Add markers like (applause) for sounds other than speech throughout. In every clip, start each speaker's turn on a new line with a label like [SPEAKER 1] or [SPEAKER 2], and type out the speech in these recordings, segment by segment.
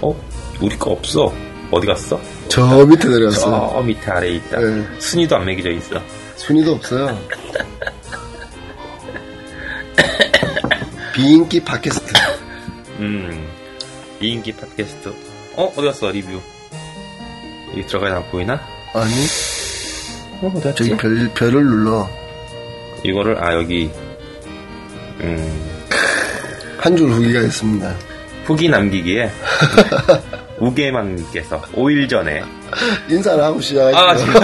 [SPEAKER 1] 어? 우리 거 없어. 어디 갔어?
[SPEAKER 2] 저 밑에 내려갔어요.
[SPEAKER 1] 저 밑에 아래에 있다.
[SPEAKER 2] 네.
[SPEAKER 1] 순위도 안 매겨져 있어.
[SPEAKER 2] 순위도 없어요. 비인기 팟캐스트.
[SPEAKER 1] 음. 이인기 팟캐스트. 어? 어디 갔어? 리뷰. 여기 들어가야 안 보이나?
[SPEAKER 2] 아니,
[SPEAKER 1] 어, 어디 갔지?
[SPEAKER 2] 저기 별, 별을 눌러.
[SPEAKER 1] 이거를, 아, 여기. 음.
[SPEAKER 2] 한 줄 후기가 있습니다.
[SPEAKER 1] 후기 (laughs) 남기기에. 우개망님께서 5일 전에.
[SPEAKER 2] 인사를 하고 시작할게요.
[SPEAKER 1] 아, 지금.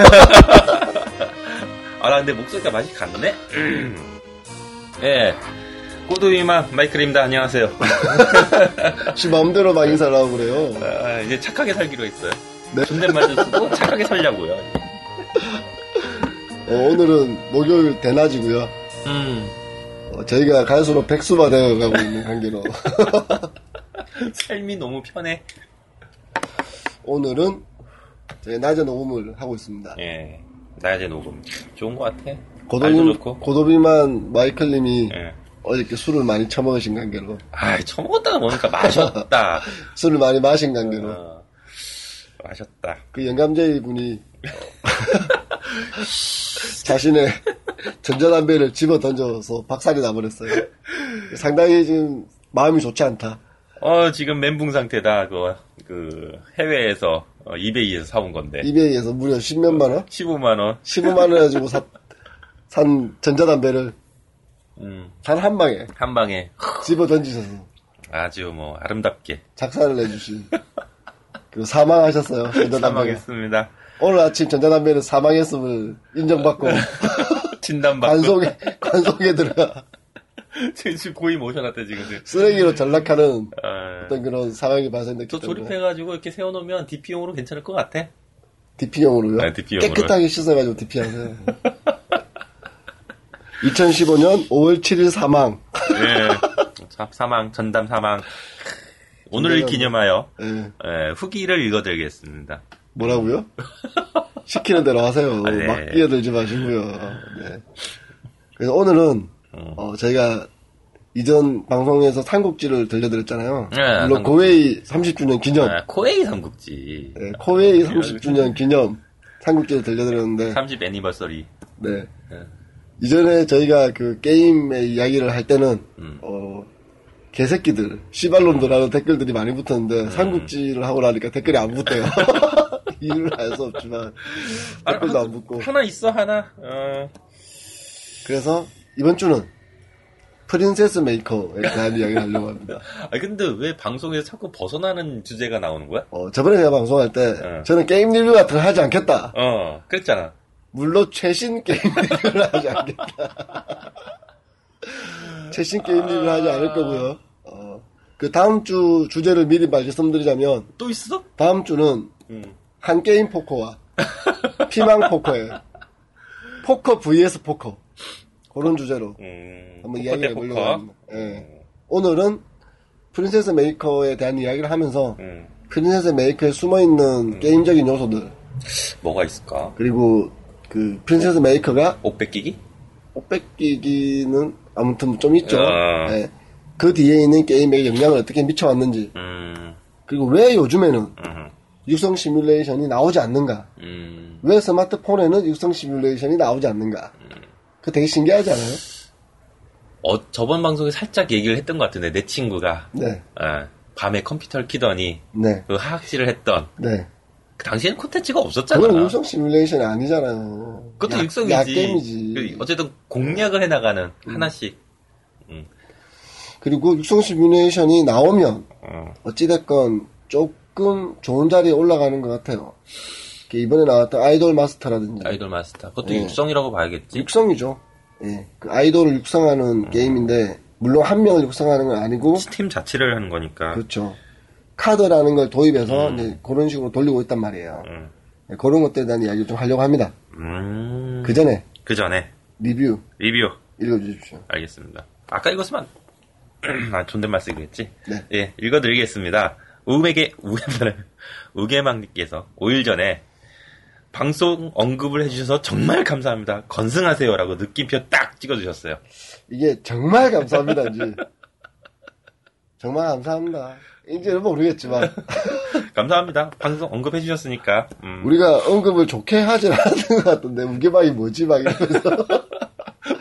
[SPEAKER 1] (laughs) 아, 나 근데 목소리가 많이 갔네? 음. 예. 꼬두이마 마이클입니다. 안녕하세요.
[SPEAKER 2] 지 마음대로 막 인사를 하고 그래요.
[SPEAKER 1] 아, 이제 착하게 살기로 했어요.
[SPEAKER 2] 네.
[SPEAKER 1] 존댓말도 쓰고 착하게 살려고요.
[SPEAKER 2] 어, 오늘은 목요일 대낮이고요.
[SPEAKER 1] 음,
[SPEAKER 2] 어, 저희가 갈수록 백수가 되어가고 있는 관계로 (laughs)
[SPEAKER 1] 삶이 너무 편해.
[SPEAKER 2] 오늘은 저희 낮에 녹음을 하고 있습니다.
[SPEAKER 1] 예. 낮에 녹음. 좋은 것 같아. 날도
[SPEAKER 2] 고도비,
[SPEAKER 1] 좋고.
[SPEAKER 2] 고도비만 마이클님이
[SPEAKER 1] 예.
[SPEAKER 2] 어저께 술을 많이 처먹으신 관계로
[SPEAKER 1] 아, 처먹었다가 뭐니까
[SPEAKER 2] (laughs)
[SPEAKER 1] 마셨다.
[SPEAKER 2] 술을 많이 마신 관계로
[SPEAKER 1] 어, 마셨다.
[SPEAKER 2] 그 영감제이 분이 어, (laughs) 자신의 전자담배를 집어 던져서 박살이 나버렸어요. 상당히 지금 마음이 좋지 않다.
[SPEAKER 1] 어, 지금 멘붕 상태다. 그, 그, 해외에서, 어, 이베이에서 사온 건데.
[SPEAKER 2] 이베이에서 무려 10몇만 원?
[SPEAKER 1] 15만원.
[SPEAKER 2] 15만 원 가지고 사- 산 전자담배를
[SPEAKER 1] 음,
[SPEAKER 2] 단 한 방에
[SPEAKER 1] 한 방에
[SPEAKER 2] 집어 던지셔서
[SPEAKER 1] 아주 뭐, 아름답게
[SPEAKER 2] 작사를 내주신 그리고 사망하셨어요. 전자담배. (laughs)
[SPEAKER 1] 사망했습니다.
[SPEAKER 2] 오늘 아침 전자담배는 사망했음을 인정받고
[SPEAKER 1] 네. 진단받고.
[SPEAKER 2] (laughs) 관속에 관속에 들어가
[SPEAKER 1] (laughs) 지금 고의 모셔놨대, 지금.
[SPEAKER 2] 쓰레기로 전락하는
[SPEAKER 1] 어,
[SPEAKER 2] 어떤 그런 상황이 발생됐기
[SPEAKER 1] 저
[SPEAKER 2] 때문에
[SPEAKER 1] 조립해가지고 이렇게 세워놓으면 DP용으로 괜찮을 것 같아.
[SPEAKER 2] DP용으로요.
[SPEAKER 1] 네, DP 용으로.
[SPEAKER 2] 깨끗하게 씻어가지고 DP하세요. 예. 2015년 5월 7일 사망.
[SPEAKER 1] 예. 자, 사망, 전담 사망. 오늘을 기념하여
[SPEAKER 2] 예,
[SPEAKER 1] 예, 후기를 읽어드리겠습니다.
[SPEAKER 2] 뭐라고요? 시키는 대로 하세요.
[SPEAKER 1] 아, 네.
[SPEAKER 2] 막 끼어들지 마시고요. 네. 그래서 오늘은 어, 저희가 이전 방송에서 삼국지를 들려드렸잖아요.
[SPEAKER 1] 네,
[SPEAKER 2] 물론
[SPEAKER 1] 삼국지.
[SPEAKER 2] 고웨이 30주년 기념,
[SPEAKER 1] 아, 코에이 삼국지.
[SPEAKER 2] 네, 코웨이 30주년 기념 삼국지를 들려드렸는데
[SPEAKER 1] 30 애니버서리.
[SPEAKER 2] 네.
[SPEAKER 1] 네.
[SPEAKER 2] 이전에 저희가 그 게임의 이야기를 할 때는,
[SPEAKER 1] 음.
[SPEAKER 2] 어, 개새끼들, 씨발놈들하는 댓글들이 많이 붙었는데,
[SPEAKER 1] 음.
[SPEAKER 2] 삼국지를 하고 나니까 댓글이 안 붙대요. (laughs) 이유를 알 수 없지만,
[SPEAKER 1] 아,
[SPEAKER 2] 댓글도
[SPEAKER 1] 하-
[SPEAKER 2] 안 붙고.
[SPEAKER 1] 하나 있어, 하나. 어,
[SPEAKER 2] 그래서, 이번 주는, 프린세스 메이커에 대한 이야기를 하려고 합니다.
[SPEAKER 1] 아, 근데 왜 방송에서 자꾸 벗어나는 주제가 나오는 거야?
[SPEAKER 2] 어, 저번에 제가 방송할 때,
[SPEAKER 1] 네.
[SPEAKER 2] 저는 게임 리뷰 같은 거 하지 않겠다.
[SPEAKER 1] 어, 그랬잖아.
[SPEAKER 2] 물론 최신 게임 리뷰를 하지 않겠다. (laughs) 최신 게임 리뷰를 하지
[SPEAKER 1] 아.
[SPEAKER 2] 않을 거고요. 어, 그 다음 주 주제를 미리 말씀드리자면
[SPEAKER 1] 또 있어?
[SPEAKER 2] 다음 주는
[SPEAKER 1] 음.
[SPEAKER 2] 한 게임 포커와 피망 포커예요. 포커 vs 포커 그런 주제로
[SPEAKER 1] 음,
[SPEAKER 2] 한번
[SPEAKER 1] 포커
[SPEAKER 2] 이야기를
[SPEAKER 1] 대 포커.
[SPEAKER 2] 해보려고 합니다. 예. 오늘은 프린세스 메이커에 대한 이야기를 하면서
[SPEAKER 1] 음,
[SPEAKER 2] 프린세스 메이커에 숨어 있는 게임적인 요소들
[SPEAKER 1] 뭐가 있을까?
[SPEAKER 2] 그리고 그 프린세스 메이커가
[SPEAKER 1] 옷 뺏기기?
[SPEAKER 2] 옷뭐 뺏기기는 아무튼 좀 있죠.
[SPEAKER 1] 아.
[SPEAKER 2] 예. 그 뒤에 있는 게임에 영향을 어떻게 미쳐왔는지
[SPEAKER 1] 음,
[SPEAKER 2] 그리고 왜 요즘에는
[SPEAKER 1] 음,
[SPEAKER 2] 육성 시뮬레이션이 나오지 않는가?
[SPEAKER 1] 음.
[SPEAKER 2] 왜 스마트폰에는 육성 시뮬레이션이 나오지 않는가? 그 되게 신기하지 않아요?
[SPEAKER 1] 어, 저번 방송에 살짝 얘기를 했던 것 같은데, 내 친구가.
[SPEAKER 2] 네,
[SPEAKER 1] 아, 밤에 컴퓨터를 키더니
[SPEAKER 2] 네,
[SPEAKER 1] 그 하악질을 했던
[SPEAKER 2] 네.
[SPEAKER 1] 그 당시에는 콘텐츠가 없었잖아.
[SPEAKER 2] 그건 육성 시뮬레이션이 아니잖아요.
[SPEAKER 1] 것도
[SPEAKER 2] 야-
[SPEAKER 1] 육성이지.
[SPEAKER 2] 야 게임이지. 음.
[SPEAKER 1] 그 어쨌든 공략을 해나가는 하나씩.
[SPEAKER 2] 그리고 육성 시뮬레이션이 나오면
[SPEAKER 1] 어,
[SPEAKER 2] 어찌됐건 조금 좋은 자리에 올라가는 것 같아요. 그 이번에 나왔던 아이돌 마스터라든지
[SPEAKER 1] 아이돌 마스터. 그것도
[SPEAKER 2] 네.
[SPEAKER 1] 육성이라고 봐야겠지. 음.
[SPEAKER 2] 육성이죠. 예. 그 아이돌을 육성하는 게임인데, 물론 한 명을 육성하는 건 아니고,
[SPEAKER 1] 스팀 자체를 하는 거니까.
[SPEAKER 2] 그렇죠. 카드라는 걸 도입해서 이제 그런 식으로 돌리고 있단 말이에요.
[SPEAKER 1] 음.
[SPEAKER 2] 예, 그런 것들에 대한 이야기를 좀 하려고 합니다.
[SPEAKER 1] 음,
[SPEAKER 2] 그 전에
[SPEAKER 1] 그 전에
[SPEAKER 2] 리뷰
[SPEAKER 1] 리뷰
[SPEAKER 2] 읽어주십시오.
[SPEAKER 1] 알겠습니다. 아까 읽었으면 (clears throat) 안- 아, 존댓말 쓰겠지?
[SPEAKER 2] 네.
[SPEAKER 1] 예, 읽어드리겠습니다. 우맥의 (laughs) 우개망님께서 5일 전에 방송 언급을 해주셔서 정말 감사합니다. 건승하세요라고 느낌표 딱 찍어주셨어요. (laughs)
[SPEAKER 2] 이게 정말 감사합니다, 이제. 정말 감사합니다.
[SPEAKER 1] (laughs)
[SPEAKER 2] 이제는 모르겠지만
[SPEAKER 1] 감사합니다. 방송 언급해주셨으니까. 음.
[SPEAKER 2] 우리가 언급을 좋게 하진 않았던 것 같던데 우개방이 뭐지 막
[SPEAKER 1] (laughs)
[SPEAKER 2] 이러면서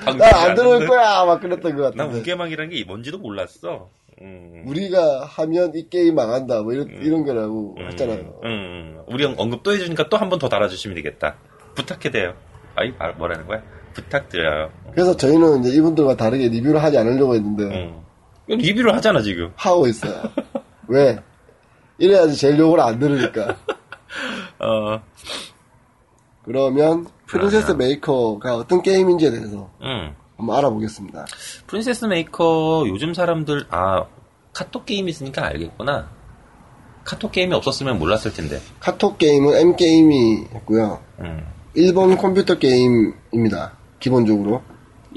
[SPEAKER 1] 방송이
[SPEAKER 2] 나 안 네. 들어올
[SPEAKER 1] 아닌데.
[SPEAKER 2] 거야 막 그랬던 것
[SPEAKER 1] 난
[SPEAKER 2] 같은데
[SPEAKER 1] 우개망이라는 게 뭔지도 몰랐어. 음.
[SPEAKER 2] 우리가 하면 이 게임 망한다 뭐 이런 이런 거라고
[SPEAKER 1] 음,
[SPEAKER 2] 했잖아요.
[SPEAKER 1] 음, 음. 우리 형 언급 또 해주니까 또 한 번 더 달아주시면 되겠다. 부탁해 돼요. 아이 말- 뭐라는 거야? 부탁드려요.
[SPEAKER 2] 그래서 저희는 이제 이분들과 다르게 리뷰를 하지 않으려고 했는데
[SPEAKER 1] 음. 이건 리뷰를 하잖아 지금. (laughs)
[SPEAKER 2] 하고 있어요. 왜? 이래야지 제일 욕을
[SPEAKER 1] (laughs)
[SPEAKER 2] 안 들으니까.
[SPEAKER 1] 어,
[SPEAKER 2] 그러면 프린세스 메이커가 어떤 게임인지에 대해서
[SPEAKER 1] 음.
[SPEAKER 2] 한번 알아보겠습니다.
[SPEAKER 1] 프린세스 메이커 요즘 사람들 아 카톡 게임 있으니까 알겠구나. 카톡 게임이 없었으면 몰랐을 텐데.
[SPEAKER 2] 카톡 게임은 M 게임이 있고요.
[SPEAKER 1] 음.
[SPEAKER 2] 일본 컴퓨터 게임입니다. 기본적으로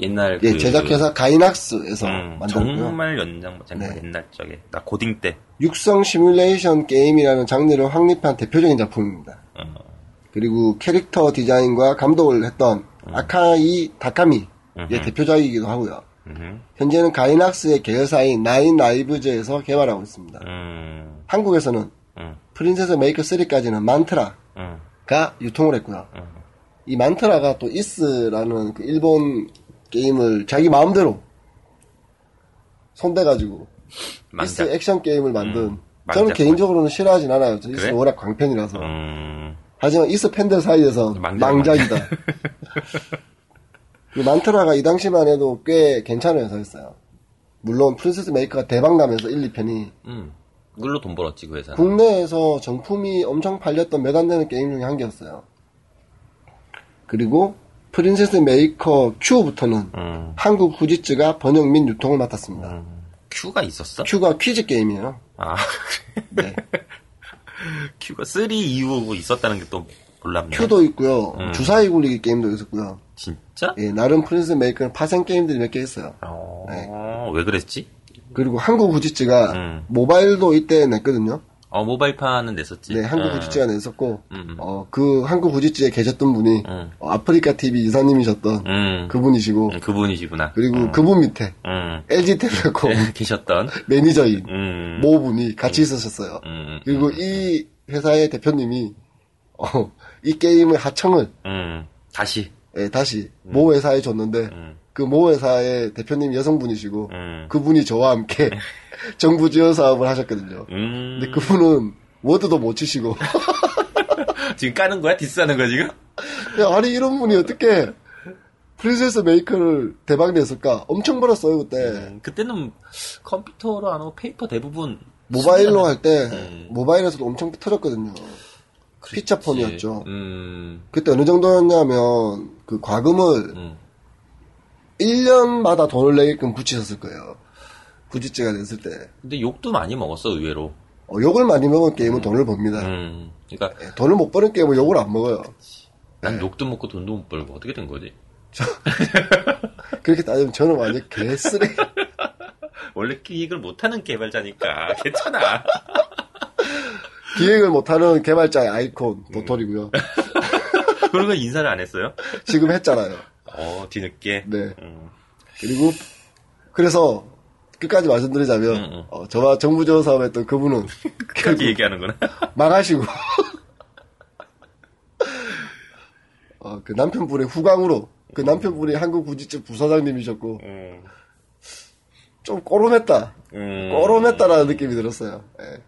[SPEAKER 1] 옛날
[SPEAKER 2] 예,
[SPEAKER 1] 그-
[SPEAKER 2] 제작회사 가이낙스에서
[SPEAKER 1] 음,
[SPEAKER 2] 만들고요.
[SPEAKER 1] 정말 연장 정말
[SPEAKER 2] 네.
[SPEAKER 1] 옛날 적에 나 고딩 때
[SPEAKER 2] 육성 시뮬레이션 게임이라는 장르를 확립한 대표적인 작품입니다.
[SPEAKER 1] 어,
[SPEAKER 2] 그리고 캐릭터 디자인과 감독을 했던 아카이 다카미의
[SPEAKER 1] 음. 음흠.
[SPEAKER 2] 대표작이기도 하고요.
[SPEAKER 1] 음,
[SPEAKER 2] 현재는 가이낙스의 계열사인 나인 라이브즈에서 개발하고 있습니다.
[SPEAKER 1] 음,
[SPEAKER 2] 한국에서는
[SPEAKER 1] 음,
[SPEAKER 2] 프린세스 메이커 3까지는 만트라가
[SPEAKER 1] 음,
[SPEAKER 2] 유통을 했고요.
[SPEAKER 1] 음.
[SPEAKER 2] 이 만트라가 또 이스라는 그 일본 게임을 자기 마음대로 손대가지고 이스
[SPEAKER 1] 만작.
[SPEAKER 2] 액션 게임을 만든
[SPEAKER 1] 음. 만작.
[SPEAKER 2] 저는 개인적으로는 싫어하진 않아요. 저 이스
[SPEAKER 1] 그래?
[SPEAKER 2] 워낙 광팬이라서.
[SPEAKER 1] 음,
[SPEAKER 2] 하지만 이스 팬들 사이에서
[SPEAKER 1] 망작,
[SPEAKER 2] 망작이다. (laughs) 이 만트라가 이 당시만 해도 꽤 괜찮은 회사였어요. 물론 프린세스 메이커가 대박 나면서 1, 2편이
[SPEAKER 1] 음. 그걸로 돈 벌었지 그 회사.
[SPEAKER 2] 국내에서 정품이 엄청 팔렸던 몇 안 되는 게임 중에 한 개였어요. 그리고 프린세스 메이커 Q부터는
[SPEAKER 1] 음,
[SPEAKER 2] 한국 후지츠가 번역 및 유통을 맡았습니다.
[SPEAKER 1] Q가 있었어?
[SPEAKER 2] Q가 퀴즈 게임이에요.
[SPEAKER 1] 아, (laughs)
[SPEAKER 2] 네.
[SPEAKER 1] Q가 3 이후 있었다는 게 또 몰랐네.
[SPEAKER 2] Q도 있고요.
[SPEAKER 1] 음.
[SPEAKER 2] 주사위 굴리기 게임도 있었고요.
[SPEAKER 1] 진짜?
[SPEAKER 2] 예, 나름 프린스 메이커는 파생 게임들이 몇 개 있어요.
[SPEAKER 1] 어,
[SPEAKER 2] 네.
[SPEAKER 1] 왜 그랬지?
[SPEAKER 2] 그리고 한국 후지츠가
[SPEAKER 1] 음.
[SPEAKER 2] 모바일도 이때 냈거든요.
[SPEAKER 1] 어, 모바일판은 냈었지.
[SPEAKER 2] 네, 한국
[SPEAKER 1] 음,
[SPEAKER 2] 후지츠가 냈었고,
[SPEAKER 1] 음.
[SPEAKER 2] 어, 그 한국 후지츠에 계셨던 분이
[SPEAKER 1] 음.
[SPEAKER 2] 어, 아프리카 TV 이사님이셨던
[SPEAKER 1] 음, 그,
[SPEAKER 2] 그분이시고,
[SPEAKER 1] 분이시구나
[SPEAKER 2] 그리고 그분 밑에
[SPEAKER 1] 음,
[SPEAKER 2] LG 텔레콤
[SPEAKER 1] 계셨던.
[SPEAKER 2] (laughs) 매니저인
[SPEAKER 1] 음,
[SPEAKER 2] 모 분이 같이 있으셨어요.
[SPEAKER 1] 음,
[SPEAKER 2] 뭐 그리고 이 회사의 대표님이 어, 이 게임의 하청을
[SPEAKER 1] 음, 다시.
[SPEAKER 2] 예, 다시 모 회사에 줬는데
[SPEAKER 1] 음,
[SPEAKER 2] 그 모 회사의 대표님 여성분이시고
[SPEAKER 1] 음,
[SPEAKER 2] 그분이 저와 함께 (laughs) 정부 지원 사업을 하셨거든요.
[SPEAKER 1] 음.
[SPEAKER 2] 근데 그분은 워드도 못 치시고 (laughs)
[SPEAKER 1] 지금 까는 거야? 디스하는 거야, 지금?
[SPEAKER 2] 야, 아니 이런 분이 어떻게 프린세스 메이커를 대박 냈을까? 엄청 벌었어요 그때.
[SPEAKER 1] 음, 그때는 컴퓨터로 안 하고 페이퍼 대부분.
[SPEAKER 2] 모바일로 할 때
[SPEAKER 1] 음.
[SPEAKER 2] 모바일에서도 엄청 터졌거든요. 피처폰이었죠.
[SPEAKER 1] 음,
[SPEAKER 2] 그때 어느 정도였냐면 그 과금을
[SPEAKER 1] 음.
[SPEAKER 2] 1년마다 돈을 내게끔 붙이셨을 거예요. 구지제가 됐을 때
[SPEAKER 1] 근데 욕도 많이 먹었어, 의외로.
[SPEAKER 2] 어, 욕을 많이 먹은 게임은 돈을 법니다.
[SPEAKER 1] 음, 그러니까
[SPEAKER 2] 예, 돈을 못 버는 게임은 욕을 안 먹어요.
[SPEAKER 1] 난 욕도 먹고 돈도 못 벌고 어떻게 된 거지?
[SPEAKER 2] 그렇게 따지면 저는 완전 개쓰레.
[SPEAKER 1] 원래 기획을 못하는 (laughs) 개발자니까 괜찮아.
[SPEAKER 2] (laughs) 기획을 못하는 개발자의 아이콘 도토리고요.
[SPEAKER 1] 그런 건 인사를 안 했어요?
[SPEAKER 2] 지금 했잖아요.
[SPEAKER 1] 어, 뒤늦게.
[SPEAKER 2] 네.
[SPEAKER 1] 음,
[SPEAKER 2] 그리고 그래서 끝까지 말씀드리자면
[SPEAKER 1] 음, 음.
[SPEAKER 2] 어, 저와 정부 지원 사업했던 그분은
[SPEAKER 1] 끝까지 얘기하는구나.
[SPEAKER 2] 망하시고 어, 그 남편분의 후광으로 그 남편분이 한국 구지집 부사장님이셨고
[SPEAKER 1] 음,
[SPEAKER 2] 좀 꼬롬했다
[SPEAKER 1] 음.
[SPEAKER 2] 꼬롬했다라는 느낌이 들었어요 예.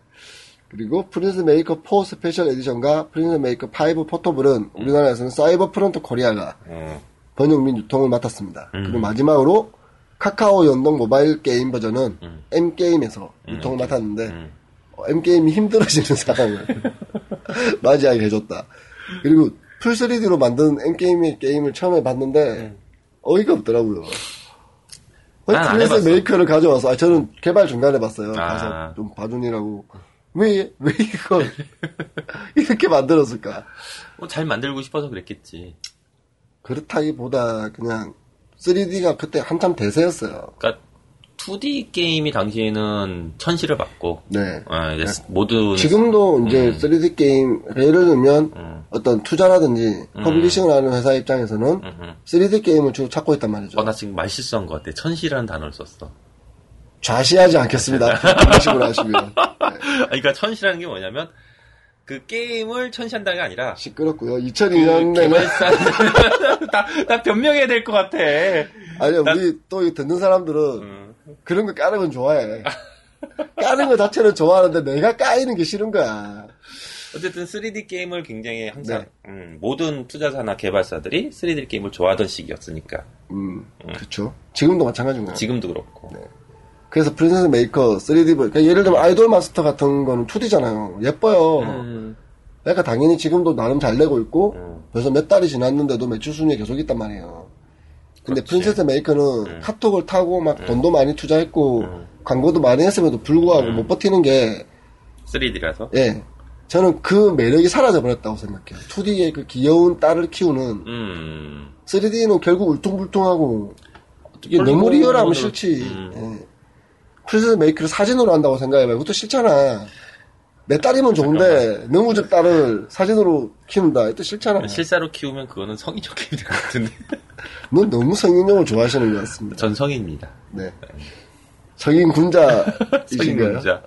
[SPEAKER 2] 그리고 프린스 메이커 4 스페셜 에디션과 프린스 메이커 5 포터블은 우리나라에서는 사이버 프론트 코리아가
[SPEAKER 1] 음,
[SPEAKER 2] 번역 및 유통을 맡았습니다 그리고 마지막으로 카카오 연동 모바일 게임 버전은 M게임에서 유통을 맡았는데
[SPEAKER 1] 음.
[SPEAKER 2] 어, M게임이 힘들어지는 (laughs) 상황을 맞이하게 해줬다. 그리고 풀3D로 만든 M게임의 게임을 처음에 봤는데 어이가 없더라고요. 왜
[SPEAKER 1] 난안
[SPEAKER 2] 플레이스
[SPEAKER 1] 해봤어.
[SPEAKER 2] 메이커를 가져와서 아 저는 개발 중간에 봤어요.
[SPEAKER 1] 아.
[SPEAKER 2] 가서 좀 봐주니라고 왜, 왜 이걸 (laughs) 이렇게 만들었을까?
[SPEAKER 1] 어, 잘 만들고 싶어서 그랬겠지.
[SPEAKER 2] 그렇다기보다 그냥 3D가 그때 한참 대세였어요.
[SPEAKER 1] 그러니까 2D 게임이 당시에는 천시를 받고
[SPEAKER 2] 네.
[SPEAKER 1] 어, 이제 모든
[SPEAKER 2] 지금도 이제 3D 게임 예를 들면
[SPEAKER 1] 음.
[SPEAKER 2] 어떤 투자라든지 퍼블리싱을 하는 회사 입장에서는
[SPEAKER 1] 음.
[SPEAKER 2] 3D 게임을 주로 찾고 있단 말이죠.
[SPEAKER 1] 어, 나 지금 말실수한 것 같아. 천시라는 단어를 썼어.
[SPEAKER 2] 좌시하지
[SPEAKER 1] (laughs)
[SPEAKER 2] 않겠습니다. 그런 식으로 하시면
[SPEAKER 1] 그러니까 천시라는 게 뭐냐면 그 게임을 천시한다는 게 아니라
[SPEAKER 2] 시끄럽고요.
[SPEAKER 1] 그
[SPEAKER 2] 2002년에는
[SPEAKER 1] (laughs) 개발사는 나, 나 변명해야 될 것 같아.
[SPEAKER 2] 아니 우리 또이 듣는 사람들은
[SPEAKER 1] 음.
[SPEAKER 2] 그런 거 까는
[SPEAKER 1] (laughs)
[SPEAKER 2] 건 좋아해. 까는 거 자체는 좋아하는데 내가 까이는 게 싫은 거야.
[SPEAKER 1] 어쨌든 3D 게임을 굉장히 항상 음, 모든 투자사나 개발사들이 3D 게임을 좋아하던 시기였으니까
[SPEAKER 2] 음, 그렇죠. 지금도 마찬가지인 거야.
[SPEAKER 1] 지금도 그렇고
[SPEAKER 2] 그래서 프린세스 메이커 3D 볼- 그러니까 예를 들면 아이돌 마스터 같은 거는 2D잖아요. 예뻐요.
[SPEAKER 1] 음,
[SPEAKER 2] 그러니까 당연히 지금도 나름 잘 내고 있고
[SPEAKER 1] 음.
[SPEAKER 2] 벌써 몇 달이 지났는데도 매출 순위에 계속 있단 말이에요. 근데
[SPEAKER 1] 그렇지.
[SPEAKER 2] 프린세스 메이커는
[SPEAKER 1] 음.
[SPEAKER 2] 카톡을 타고 막 돈도 많이 투자했고
[SPEAKER 1] 음.
[SPEAKER 2] 광고도 많이 했음에도 불구하고
[SPEAKER 1] 음.
[SPEAKER 2] 못 버티는 게
[SPEAKER 1] 3D라서
[SPEAKER 2] 예. 저는 그 매력이 사라져 버렸다고 생각해요. 2D의 그 귀여운 딸을 키우는
[SPEAKER 1] 음,
[SPEAKER 2] 3D는 결국 울퉁불퉁하고 이게
[SPEAKER 1] 폴리곤으로-
[SPEAKER 2] 너무 리얼하면 싫지.
[SPEAKER 1] 음.
[SPEAKER 2] 예. 프린세스 메이크를 사진으로 한다고 생각해봐요. 그것도 싫잖아. 내 딸이면 좋은데 너무 집 딸을 사진으로 키운다. 이것도 싫잖아.
[SPEAKER 1] 실사로 키우면 그거는 성인적 게임 될것 같은데
[SPEAKER 2] 넌 너무 성인용을 좋아하시는 것
[SPEAKER 1] (laughs)
[SPEAKER 2] 같습니다.
[SPEAKER 1] 전 성인입니다.
[SPEAKER 2] 네. (laughs) 성인 군자이신가요?
[SPEAKER 1] 성인군자.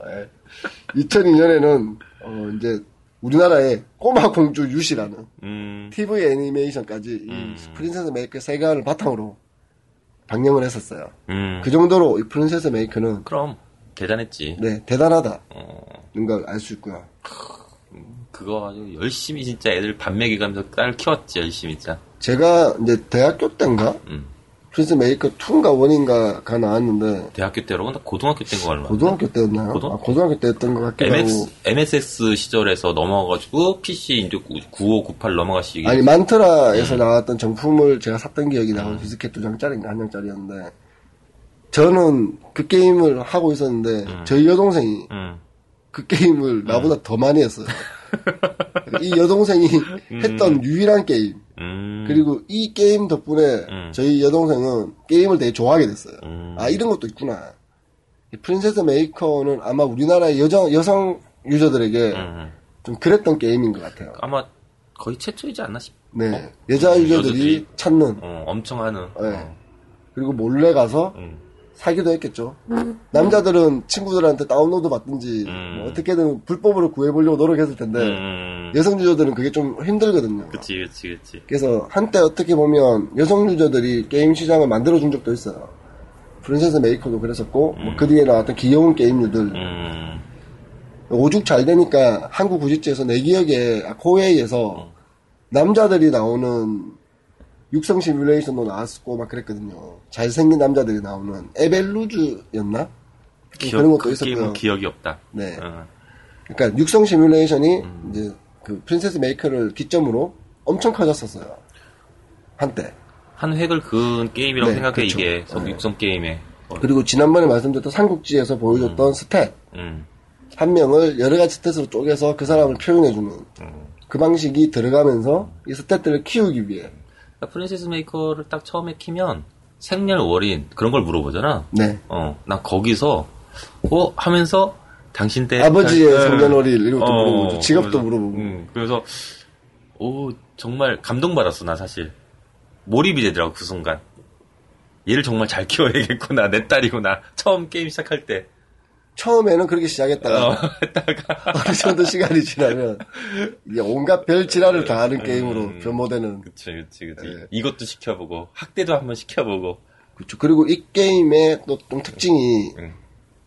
[SPEAKER 2] 2002년에는 어, 이제 우리나라에 꼬마 공주 유시라는
[SPEAKER 1] 음,
[SPEAKER 2] TV 애니메이션까지 이
[SPEAKER 1] 음.
[SPEAKER 2] 프린세스 메이커 세간을 바탕으로 방영을 했었어요.
[SPEAKER 1] 음.
[SPEAKER 2] 그 정도로 이 프린세스 메이커는
[SPEAKER 1] 그럼 대단했지.
[SPEAKER 2] 네 대단하다는
[SPEAKER 1] 어,
[SPEAKER 2] 걸 알 수 있고요.
[SPEAKER 1] 그거 아주 열심히 진짜 애들 밥 먹이면서 딸 키웠지 열심히 진짜.
[SPEAKER 2] 제가 이제 대학교 때인가
[SPEAKER 1] 음.
[SPEAKER 2] 프린스 메이커 2인가 1인가가 나왔는데
[SPEAKER 1] 대학교 때라고 나 고등학교 때인 거 알마.
[SPEAKER 2] 고등학교 때였나요?
[SPEAKER 1] 고등-
[SPEAKER 2] 아, 고등학교 때였던 것
[SPEAKER 1] 그러니까
[SPEAKER 2] 같기도 하고
[SPEAKER 1] MX, MSX 시절에서 넘어가가지고 PC 이제 95, 98 넘어가시기
[SPEAKER 2] 아니 만트라에서
[SPEAKER 1] 네.
[SPEAKER 2] 나왔던 정품을 제가 샀던 기억이 나고 비스켓 두 장짜리인가 한 장짜리였는데 저는 그 게임을 하고 있었는데
[SPEAKER 1] 네.
[SPEAKER 2] 저희 여동생이
[SPEAKER 1] 음.
[SPEAKER 2] 그 게임을
[SPEAKER 1] 네.
[SPEAKER 2] 나보다 더 많이 했어요. 이
[SPEAKER 1] (laughs)
[SPEAKER 2] 여동생이 했던 유일한 게임
[SPEAKER 1] 음.
[SPEAKER 2] 그리고 이 게임 덕분에
[SPEAKER 1] 음.
[SPEAKER 2] 저희 여동생은 게임을 되게 좋아하게 됐어요.
[SPEAKER 1] 음.
[SPEAKER 2] 아 이런 것도 있구나. 이 프린세스 메이커는 아마 우리나라의 여성 여성 유저들에게
[SPEAKER 1] 음.
[SPEAKER 2] 좀 그랬던 게임인 것 같아요.
[SPEAKER 1] 아마 거의 최초이지 않나 싶.
[SPEAKER 2] 네 여자 유저들이
[SPEAKER 1] 어. 음, 여자들이-
[SPEAKER 2] 찾는
[SPEAKER 1] 어, 엄청 하는.
[SPEAKER 2] 네.
[SPEAKER 1] 어,
[SPEAKER 2] 그리고 몰래 가서
[SPEAKER 1] 음.
[SPEAKER 2] 사기도 했겠죠. 남자들은 친구들한테 다운로드 받든지
[SPEAKER 1] 음.
[SPEAKER 2] 뭐 어떻게든 불법으로 구해보려고 노력했을 텐데
[SPEAKER 1] 음.
[SPEAKER 2] 여성 유저들은 그게 좀 힘들거든요.
[SPEAKER 1] 그치, 그치, 그치.
[SPEAKER 2] 그래서 한때 어떻게 보면 여성 유저들이 게임 시장을 만들어준 적도 있어요. 프린세스 메이커도 그랬었고 뭐그 뒤에 나왔던 귀여운 게임류들
[SPEAKER 1] 음.
[SPEAKER 2] 오죽 잘 되니까 한국 구직지에서 내 기억에 아, 코웨이에서 남자들이 나오는 육성 시뮬레이션도 나왔었고 막 그랬거든요. 잘생긴 남자들이 나오는 에벨루즈였나?
[SPEAKER 1] 기억,
[SPEAKER 2] 그런 것도
[SPEAKER 1] 그
[SPEAKER 2] 있었고요.
[SPEAKER 1] 게임은 기억이 없다.
[SPEAKER 2] 네.
[SPEAKER 1] 어.
[SPEAKER 2] 그러니까 육성 시뮬레이션이 이제 그 프린세스 메이커를 기점으로 엄청 커졌었어요. 한때.
[SPEAKER 1] 한 획을 그은 게임이라고
[SPEAKER 2] 네,
[SPEAKER 1] 생각해,
[SPEAKER 2] 그쵸.
[SPEAKER 1] 이게. 성, 육성 게임에. 어,
[SPEAKER 2] 그리고 지난번에 말씀드렸던 삼국지에서 보여줬던 스탯
[SPEAKER 1] 음.
[SPEAKER 2] 한 명을 여러 가지 스탯으로 쪼개서 그 사람을 표현해주는 그 방식이 들어가면서 이 스탯들을 키우기 위해
[SPEAKER 1] 그러니까 프린세스 메이커를 딱 처음에 키면 생렬 월인 그런 걸 물어보잖아.
[SPEAKER 2] 네
[SPEAKER 1] 어, 나 거기서, 어? 하면서 당신 때.
[SPEAKER 2] 아버지의
[SPEAKER 1] 음.
[SPEAKER 2] 성년월일 이것도
[SPEAKER 1] 어,
[SPEAKER 2] 물어보고 직업도
[SPEAKER 1] 그래서,
[SPEAKER 2] 물어보고
[SPEAKER 1] 음, 그래서, 오, 정말 감동받았어, 나 사실. 몰입이 되더라고, 그 순간. 얘를 정말 잘 키워야겠구나. 내 딸이구나. 처음 게임 시작할 때.
[SPEAKER 2] 처음에는 그렇게 시작했다가
[SPEAKER 1] 어, (laughs) 했다가.
[SPEAKER 2] (laughs) 어느 정도 시간이 지나면 이게 온갖 별 질환을 다 하는 게임으로
[SPEAKER 1] 음.
[SPEAKER 2] 변모되는
[SPEAKER 1] 그치, 그치, 그치.
[SPEAKER 2] 예.
[SPEAKER 1] 이것도 시켜보고, 학대도 한번 시켜보고.
[SPEAKER 2] 그렇죠. 그리고 이 게임의 또 좀 특징이
[SPEAKER 1] 음.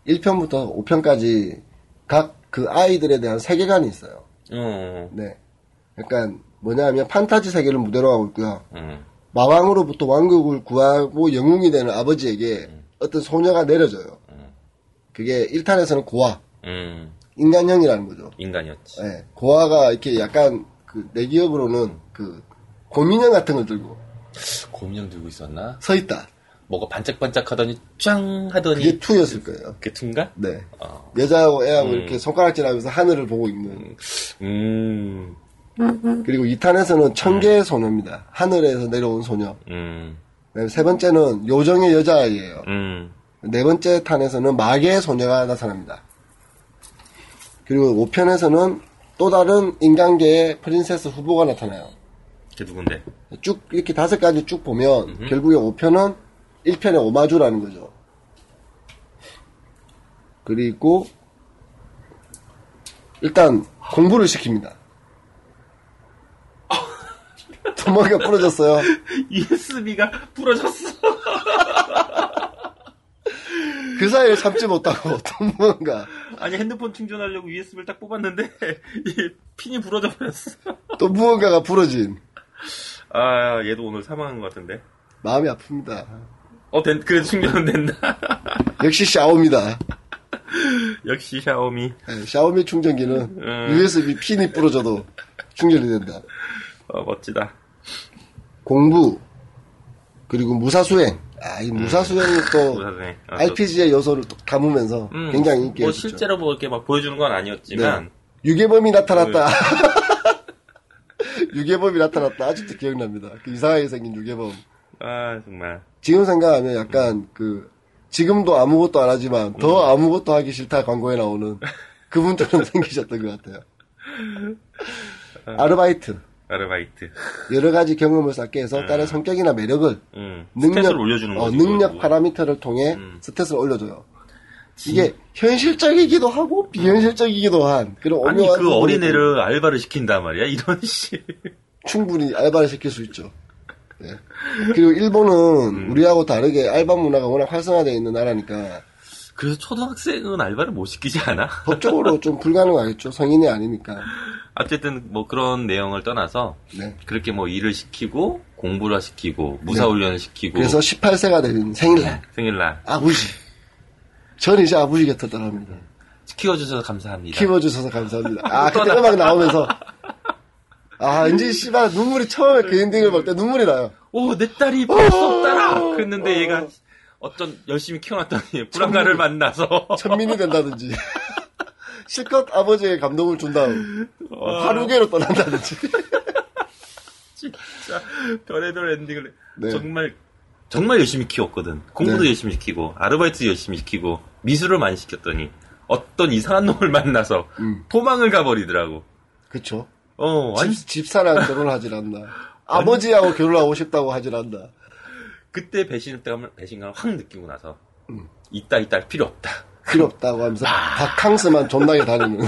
[SPEAKER 2] 1편부터 5편까지 각 그 아이들에 대한 세계관이 있어요.
[SPEAKER 1] 어,
[SPEAKER 2] 네. 약간 뭐냐면 판타지 세계를 무대로 하고 있고요.
[SPEAKER 1] 음,
[SPEAKER 2] 마왕으로부터 왕국을 구하고 영웅이 되는 아버지에게 어떤 소녀가 내려져요. 그게 1탄에서는 고아,
[SPEAKER 1] 음,
[SPEAKER 2] 인간형이라는 거죠.
[SPEAKER 1] 인간이었지.
[SPEAKER 2] 예, 고아가 이렇게 약간 그 내 기억으로는 그 곰인형 같은 걸 들고
[SPEAKER 1] 곰인형 들고 있었나?
[SPEAKER 2] 서 있다.
[SPEAKER 1] 뭐가 반짝반짝 하더니, 짱!
[SPEAKER 2] 그게
[SPEAKER 1] 하더니.
[SPEAKER 2] 2였을 거예요.
[SPEAKER 1] 그게 인가
[SPEAKER 2] 네.
[SPEAKER 1] 어.
[SPEAKER 2] 여자하고 애하고
[SPEAKER 1] 네. 음.
[SPEAKER 2] 이렇게 손가락질하면서 하늘을 보고 있는.
[SPEAKER 1] 음, 네.
[SPEAKER 2] 그리고 2탄에서는 천개의 소녀입니다. 하늘에서 내려온 소녀.
[SPEAKER 1] 음,
[SPEAKER 2] 그다음에 세 번째는 요정의 여자아이예요.
[SPEAKER 1] 음,
[SPEAKER 2] 네 번째 탄에서는 마계의 소녀가 나타납니다. 그리고 5편에서는 또 다른 인간계의 프린세스 후보가 나타나요.
[SPEAKER 1] 걔
[SPEAKER 2] (laughs)
[SPEAKER 1] 누군데?
[SPEAKER 2] 쭉 이렇게 다섯 가지 쭉 보면 결국에 5편은 1편의 오마주라는 거죠. 그리고 일단 공부를 시킵니다. 도마가 부러졌어요.
[SPEAKER 1] USB가 부러졌어.
[SPEAKER 2] 그 사이에 참지 못하고 도마가
[SPEAKER 1] 아니 핸드폰 충전하려고 USB를 딱 뽑았는데 (laughs) 이 핀이 부러져 버렸어.
[SPEAKER 2] 또 무언가가 부러진
[SPEAKER 1] 아 얘도 오늘 사망한 것 같은데.
[SPEAKER 2] 마음이 아픕니다.
[SPEAKER 1] 어 된- 그래도 충전은 된다. (laughs)
[SPEAKER 2] 역시 샤오미다.
[SPEAKER 1] 역시 샤오미.
[SPEAKER 2] 예, 샤오미 충전기는
[SPEAKER 1] 음.
[SPEAKER 2] USB 핀이 부러져도 충전이 된다.
[SPEAKER 1] 어, 멋지다.
[SPEAKER 2] 공부 그리고 무사수행. 아, 이 무사수행이 또
[SPEAKER 1] 음. 무사생. 아, 저-
[SPEAKER 2] RPG의 요소를 또 담으면서
[SPEAKER 1] 음,
[SPEAKER 2] 굉장히 인기
[SPEAKER 1] 뭐
[SPEAKER 2] 있죠. 네.
[SPEAKER 1] 실제로 뭐 이렇게 막 보여주는 건 아니었지만
[SPEAKER 2] 유괴범이 나타났다.
[SPEAKER 1] 네.
[SPEAKER 2] (laughs) 유괴범이 나타났다. 아직도 기억납니다. 그 이상하게 생긴 유괴범.
[SPEAKER 1] 아 정말
[SPEAKER 2] 지금 생각하면 약간 그 지금도 아무것도 안 하지만
[SPEAKER 1] 음.
[SPEAKER 2] 더 아무것도 하기 싫다 광고에 나오는 그분처럼 (laughs) 생기셨던 것 같아요. 아르바이트
[SPEAKER 1] 아르바이트.
[SPEAKER 2] 여러 가지 경험을 쌓게 해서 다른 성격이나 매력을
[SPEAKER 1] 음.
[SPEAKER 2] 능력
[SPEAKER 1] 아. 스탯을 올려주는
[SPEAKER 2] 어,
[SPEAKER 1] 거지.
[SPEAKER 2] 능력
[SPEAKER 1] 그거는. 음.
[SPEAKER 2] 파라미터를 통해 스탯을 올려줘요. 이게 현실적이기도 하고 비현실적이기도 한 그런
[SPEAKER 1] 아니
[SPEAKER 2] 오묘한
[SPEAKER 1] 그
[SPEAKER 2] 부분이
[SPEAKER 1] 어린애를 알바를 시킨단 말이야 이런 (laughs) 씨.
[SPEAKER 2] 충분히 알바를 시킬 수 있죠. 네. 그리고 일본은
[SPEAKER 1] 음.
[SPEAKER 2] 우리하고 다르게 알바 문화가 워낙 활성화되어 있는 나라니까
[SPEAKER 1] 그래서 초등학생은 알바를 못 시키지 않아?
[SPEAKER 2] 법적으로 좀 불가능하겠죠. 성인이 아니니까.
[SPEAKER 1] 어쨌든 뭐 그런 내용을 떠나서
[SPEAKER 2] 네.
[SPEAKER 1] 그렇게 뭐 일을 시키고 공부를 시키고 무사훈련을 시키고
[SPEAKER 2] 그래서 18세가 된 생일날
[SPEAKER 1] 생일날
[SPEAKER 2] 아버지. 전 이제 아버지 곁에 떠납니다.
[SPEAKER 1] 키워주셔서 감사합니다.
[SPEAKER 2] 키워주셔서 감사합니다. 아, 그때 음악 나오면서. 아, 왠지 씨발 눈물이 처음에 그 엔딩을 볼 때 눈물이 나요.
[SPEAKER 1] 오 내 딸이 볼수 없다라 그랬는데 얘가 어떤 열심히
[SPEAKER 2] (laughs)
[SPEAKER 1] 키워놨더니 불안가를 만나서 (laughs)
[SPEAKER 2] 천민이 된다든지. (laughs) 실컷 아버지의 감동을 준 다음 하루계로 떠난다든지.
[SPEAKER 1] 진짜 별의별 엔딩을
[SPEAKER 2] 네.
[SPEAKER 1] 정말 정말 열심히 키웠거든. 공부도
[SPEAKER 2] 네.
[SPEAKER 1] 열심히 시키고 아르바이트 열심히 시키고 미술을 많이 시켰더니 어떤 이상한 (laughs) 놈을 만나서
[SPEAKER 2] 음.
[SPEAKER 1] 도망을 가버리더라고.
[SPEAKER 2] (laughs) 그쵸.
[SPEAKER 1] 어, 완
[SPEAKER 2] 집, 집사랑 결혼을 하질 않나. 아버지하고 결혼하고 싶다고 하질 않나.
[SPEAKER 1] 그때 배신감을 배신감을 확 느끼고 나서
[SPEAKER 2] 음.
[SPEAKER 1] 있다 있다 필요 없다. (laughs)
[SPEAKER 2] 필요 없다고 하면서
[SPEAKER 1] 아.
[SPEAKER 2] 바캉스만 존나게 다니는.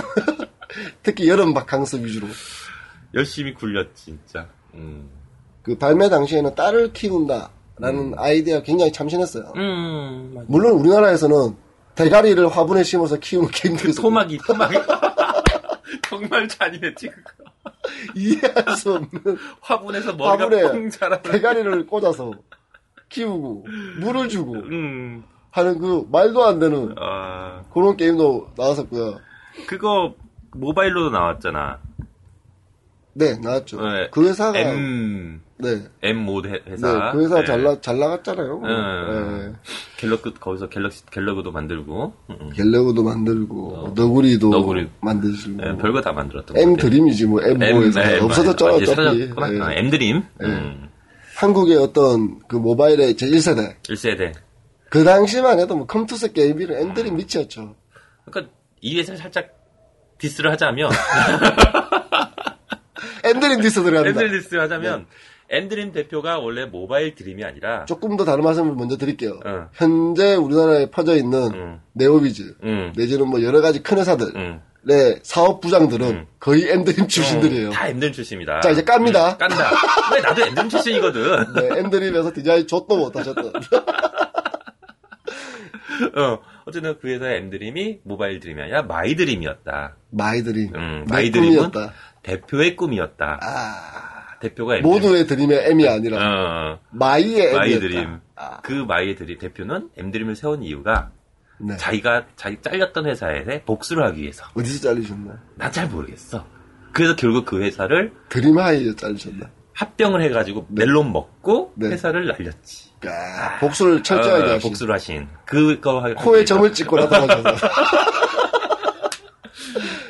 [SPEAKER 2] (laughs) 특히 여름 바캉스 위주로.
[SPEAKER 1] 열심히 굴렸지 진짜. 음.
[SPEAKER 2] 그 발매 당시에는 딸을 키운다라는 아이디어가 굉장히 참신했어요.
[SPEAKER 1] 음.
[SPEAKER 2] 물론 우리나라에서는 대가리를 화분에 심어서 키우는 게임들이
[SPEAKER 1] 그 토막이 토막이. 정말 잔인했지 그거.
[SPEAKER 2] (laughs) 이해할 수 없는
[SPEAKER 1] 화분에서 (laughs) 머리가 뻥
[SPEAKER 2] 화분에
[SPEAKER 1] 자라는.
[SPEAKER 2] 대가리를 꽂아서
[SPEAKER 1] (laughs)
[SPEAKER 2] 키우고 물을 주고
[SPEAKER 1] 음.
[SPEAKER 2] 하는 그 말도 안 되는
[SPEAKER 1] 아.
[SPEAKER 2] 그런 게임도 나왔었고요.
[SPEAKER 1] 그거 모바일로도 나왔잖아.
[SPEAKER 2] 네 나왔죠.
[SPEAKER 1] 네.
[SPEAKER 2] 그 회사가
[SPEAKER 1] M
[SPEAKER 2] 네.
[SPEAKER 1] M 모드 해-
[SPEAKER 2] 네,
[SPEAKER 1] 회사.
[SPEAKER 2] 그 회사
[SPEAKER 1] 네.
[SPEAKER 2] 잘, 나, 잘 나갔잖아요.
[SPEAKER 1] 음.
[SPEAKER 2] 네.
[SPEAKER 1] 갤럭 거기서 갤럭시 갤럭도 만들고 음, 음.
[SPEAKER 2] 갤레오도 만들고 너구리도
[SPEAKER 1] 어. 너구리.
[SPEAKER 2] 만들고
[SPEAKER 1] 네, 별거 다 만들었던
[SPEAKER 2] 음. M
[SPEAKER 1] 것 같아.
[SPEAKER 2] 드림이지 뭐 M 뭐에서
[SPEAKER 1] 네,
[SPEAKER 2] 없어졌잖아
[SPEAKER 1] 완전히
[SPEAKER 2] 어차피
[SPEAKER 1] 사라졌구나. 예.
[SPEAKER 2] 네.
[SPEAKER 1] M 드림. 음.
[SPEAKER 2] 한국의 어떤 그 모바일의 제 1세대
[SPEAKER 1] 1세대.
[SPEAKER 2] 그 당시만 해도 뭐 컴투스 게임기는 M 드림 밑이었죠.
[SPEAKER 1] 그러니까 이 회사를 살짝 디스를
[SPEAKER 2] (laughs)
[SPEAKER 1] 하자면
[SPEAKER 2] M 드림 디스
[SPEAKER 1] M
[SPEAKER 2] 들어간다.
[SPEAKER 1] 드림 디스를 하자면
[SPEAKER 2] 네.
[SPEAKER 1] M 드림 대표가 원래 모바일 드림이 아니라
[SPEAKER 2] 조금 더 다른 말씀을 먼저 드릴게요.
[SPEAKER 1] 어.
[SPEAKER 2] 현재 우리나라에 퍼져 있는
[SPEAKER 1] 음.
[SPEAKER 2] 네오비즈
[SPEAKER 1] 음.
[SPEAKER 2] 내지는 뭐 여러 가지 큰 회사들의
[SPEAKER 1] 음.
[SPEAKER 2] 사업 부장들은 거의 M 드림 출신들이에요.
[SPEAKER 1] 다 M 드림 출신입니다.
[SPEAKER 2] 자, 이제 깝니다.
[SPEAKER 1] 음, 깐다.
[SPEAKER 2] (laughs)
[SPEAKER 1] 왜 나도 M 드림 출신이거든.
[SPEAKER 2] 네, M 드림에서 디자인
[SPEAKER 1] (laughs)
[SPEAKER 2] 줬도 못하셨던.
[SPEAKER 1] 어, 어쨌든 그 회사의 M드림이 모바일 드림이 아니라 마이드림이었다.
[SPEAKER 2] 마이 드림.
[SPEAKER 1] 음,
[SPEAKER 2] 내
[SPEAKER 1] 마이드림은
[SPEAKER 2] 꿈이었다.
[SPEAKER 1] 대표의 꿈이었다.
[SPEAKER 2] 아,
[SPEAKER 1] 대표가 M드림.
[SPEAKER 2] 모두의 드림의 M이 아니라
[SPEAKER 1] 어,
[SPEAKER 2] 마이의 M이었다.
[SPEAKER 1] 마이드림.
[SPEAKER 2] 아,
[SPEAKER 1] 그 마이드림 대표는 M드림을 세운 이유가
[SPEAKER 2] 네.
[SPEAKER 1] 자기가 자기 잘렸던 회사에 복수를 하기 위해서.
[SPEAKER 2] 어디서 잘리셨나?
[SPEAKER 1] 난 잘 모르겠어. 그래서 결국 그 회사를
[SPEAKER 2] 드림하이에서 잘리셨나?
[SPEAKER 1] 합병을 해가지고 멜론 먹고
[SPEAKER 2] 네.
[SPEAKER 1] 회사를 날렸지.
[SPEAKER 2] 아, 복수를 철저하게
[SPEAKER 1] 어,
[SPEAKER 2] 하신.
[SPEAKER 1] 복수를 하신 그거 하-
[SPEAKER 2] 코에 점을 찍고라도 하셔서.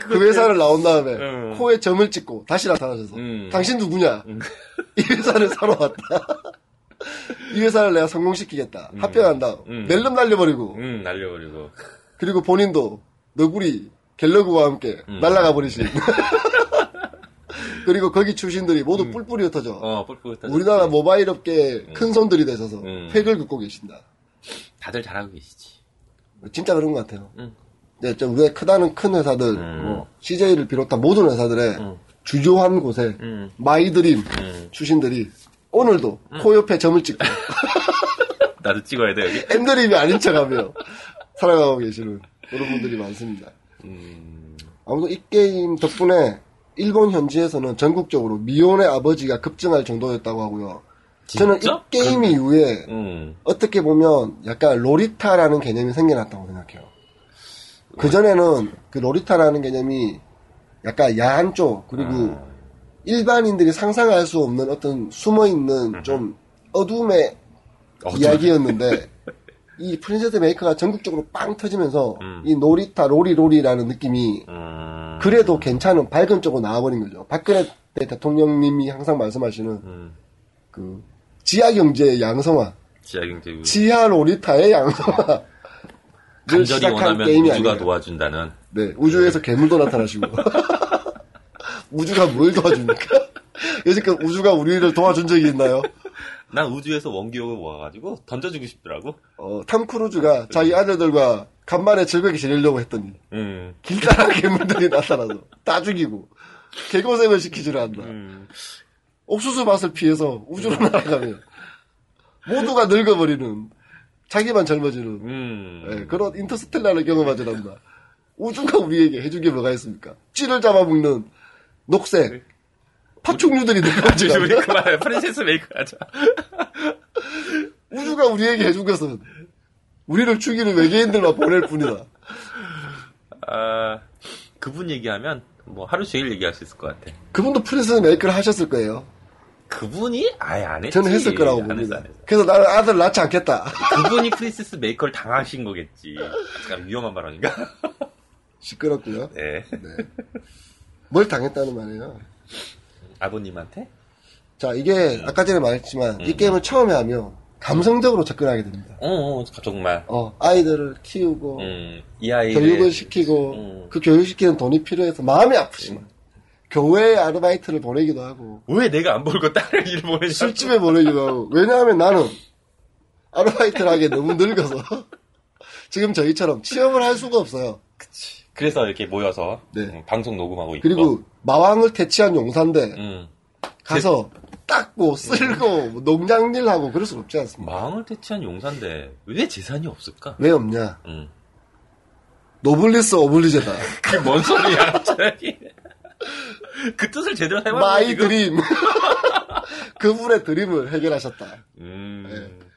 [SPEAKER 2] 그 회사를 나온 다음에
[SPEAKER 1] 음.
[SPEAKER 2] 코에 점을 찍고 다시 나타나셔서
[SPEAKER 1] 음.
[SPEAKER 2] 당신 누구냐? (laughs) 이 회사를 사러 왔다. 이 회사를 내가 성공시키겠다. 합병한 다음
[SPEAKER 1] 음.
[SPEAKER 2] 멜름 날려버리고
[SPEAKER 1] 음 날려버리고
[SPEAKER 2] 그리고 본인도 너구리 갤러그와 함께
[SPEAKER 1] 음.
[SPEAKER 2] 날아가 버리신. (laughs) 그리고 거기 출신들이 모두 뿔뿔이 흩어져.
[SPEAKER 1] 어 뿔뿔 흩어졌지.
[SPEAKER 2] 우리나라 모바일 업계의 큰 손들이 되셔서
[SPEAKER 1] 음.
[SPEAKER 2] 획을 긋고 계신다.
[SPEAKER 1] 다들 잘하고 계시지.
[SPEAKER 2] 진짜 그런 것 같아요.
[SPEAKER 1] 응.
[SPEAKER 2] 네, 좀 우리의 크다는 큰 회사들,
[SPEAKER 1] 음.
[SPEAKER 2] 뭐 CJ를 비롯한 모든 회사들의 주요한 곳에
[SPEAKER 1] 음.
[SPEAKER 2] 마이드림 출신들이 오늘도 코옆에 점을 찍고 (laughs)
[SPEAKER 1] 나도 찍어야 돼, 여기.
[SPEAKER 2] 엔드림이 아닌 척하며 살아가고 계시는 그런 분들이 많습니다.
[SPEAKER 1] 음,
[SPEAKER 2] 아무튼 이 게임 덕분에 일본 현지에서는 전국적으로 미혼의 아버지가 급증할 정도였다고 하고요. 저는 이
[SPEAKER 1] 진짜?
[SPEAKER 2] 게임 이후에
[SPEAKER 1] 음.
[SPEAKER 2] 어떻게 보면 약간 로리타라는 개념이 생겨났다고 생각해요. 그전에는 그 로리타라는 개념이 약간 야한 쪽, 그리고
[SPEAKER 1] 아.
[SPEAKER 2] 일반인들이 상상할 수 없는 어떤 숨어있는 좀 어둠의
[SPEAKER 1] 음. 아, 어둠.
[SPEAKER 2] 이야기였는데, 이 프린세스 메이커가 전국적으로 빵 터지면서
[SPEAKER 1] 음.
[SPEAKER 2] 이 로리타, 로리로리라는 느낌이
[SPEAKER 1] 음.
[SPEAKER 2] 그래도 괜찮은 밝은 쪽으로 나와버린 거죠. 박근혜 대- 대통령님이 항상 말씀하시는
[SPEAKER 1] 음.
[SPEAKER 2] 그 지하 경제의 양성화,
[SPEAKER 1] 지하 경제 위-
[SPEAKER 2] 지하 로리타의 양성화. 를
[SPEAKER 1] (laughs) 간절히
[SPEAKER 2] 시작한
[SPEAKER 1] 원하면
[SPEAKER 2] 게임이
[SPEAKER 1] 우주가
[SPEAKER 2] 아닌가.
[SPEAKER 1] 도와준다는.
[SPEAKER 2] 네, 우주에서 괴물도
[SPEAKER 1] (laughs)
[SPEAKER 2] 나타나시고. (laughs) 우주가 뭘 도와줍니까? (laughs) 여지껏 우주가 우리를 도와준 적이 있나요?
[SPEAKER 1] 난 우주에서 원기옥을 모아가지고 던져주고 싶더라고.
[SPEAKER 2] 어, 탐 크루즈가 자기 아들들과 간만에 즐겁게 지내려고 했더니
[SPEAKER 1] 음.
[SPEAKER 2] 길다란 (laughs) 괴물들이 나타나서 다 죽이고 개고생을 시키지를 않나.
[SPEAKER 1] 음.
[SPEAKER 2] 옥수수 맛을 피해서 우주로 날아가며 모두가 늙어버리는 자기만 젊어지는
[SPEAKER 1] 음.
[SPEAKER 2] 예, 그런 인터스텔라를 경험하지 않나. 우주가 우리에게 해준 게 뭐가 있습니까? 찌를 잡아먹는
[SPEAKER 1] 네.
[SPEAKER 2] 녹색
[SPEAKER 1] (laughs)
[SPEAKER 2] 파충류들이 늘어나지
[SPEAKER 1] 우주
[SPEAKER 2] 않나.
[SPEAKER 1] 메이커 말해. 프린세스 메이커 하자.
[SPEAKER 2] 우주가 우리에게 해준 것은 우리를 죽이는 외계인들만 보낼 뿐이다.
[SPEAKER 1] 아, 그분 얘기하면 뭐 하루 종일 얘기할 수 있을 것 같아.
[SPEAKER 2] 그분도 프린스 메이크를 하셨을 거예요.
[SPEAKER 1] 그분이 아예 안 했지.
[SPEAKER 2] 저는 했을 거라고
[SPEAKER 1] 안 했어,
[SPEAKER 2] 봅니다.
[SPEAKER 1] 안 했어.
[SPEAKER 2] 그래서 나는 아들 낳지 않겠다. (laughs)
[SPEAKER 1] 그분이 프린세스 메이커를 당하신 거겠지. 약간 위험한 발언인가?
[SPEAKER 2] 시끄럽고요.
[SPEAKER 1] (laughs) 네.
[SPEAKER 2] 뭘 당했다는 말이에요.
[SPEAKER 1] 아버님한테?
[SPEAKER 2] 자, 이게 아까 전에 말했지만 이 게임을 처음에 하면 감성적으로 접근하게 됩니다.
[SPEAKER 1] 어, 어, 정말.
[SPEAKER 2] 어, 아이들을 키우고
[SPEAKER 1] 음, 이 아이를.
[SPEAKER 2] 교육을 네, 시키고 네.
[SPEAKER 1] 음.
[SPEAKER 2] 그 교육시키는 돈이 필요해서 마음이 아프지만 교회에 아르바이트를 보내기도 하고
[SPEAKER 1] 왜 내가 안 벌고 딸을 (laughs) 일 보내냐?
[SPEAKER 2] 술집에 보내기도 하고 왜냐하면 나는 아르바이트를 하기에 (laughs) 너무 늙어서 지금 저희처럼 취업을 할 수가 없어요.
[SPEAKER 1] 그래서 이렇게 모여서
[SPEAKER 2] 네.
[SPEAKER 1] 음, 방송 녹음하고 있고.
[SPEAKER 2] 그리고 마왕을 퇴치한 용사인데
[SPEAKER 1] 음,
[SPEAKER 2] 가서
[SPEAKER 1] 예.
[SPEAKER 2] 닦고 쓸고 뭐 농장일 하고 그럴 수 없지 않습니까?
[SPEAKER 1] 망을 퇴치한 용사인데 왜 재산이 없을까?
[SPEAKER 2] 왜 없냐?
[SPEAKER 1] 음.
[SPEAKER 2] 노블리스 오블리제다.
[SPEAKER 1] 그게 뭔 소리야, 갑자기. (laughs) 그 뜻을 제대로 해봤는데.
[SPEAKER 2] 마이
[SPEAKER 1] 지금?
[SPEAKER 2] 드림. (laughs) 그분의 드림을 해결하셨다.
[SPEAKER 1] 음.
[SPEAKER 2] 네,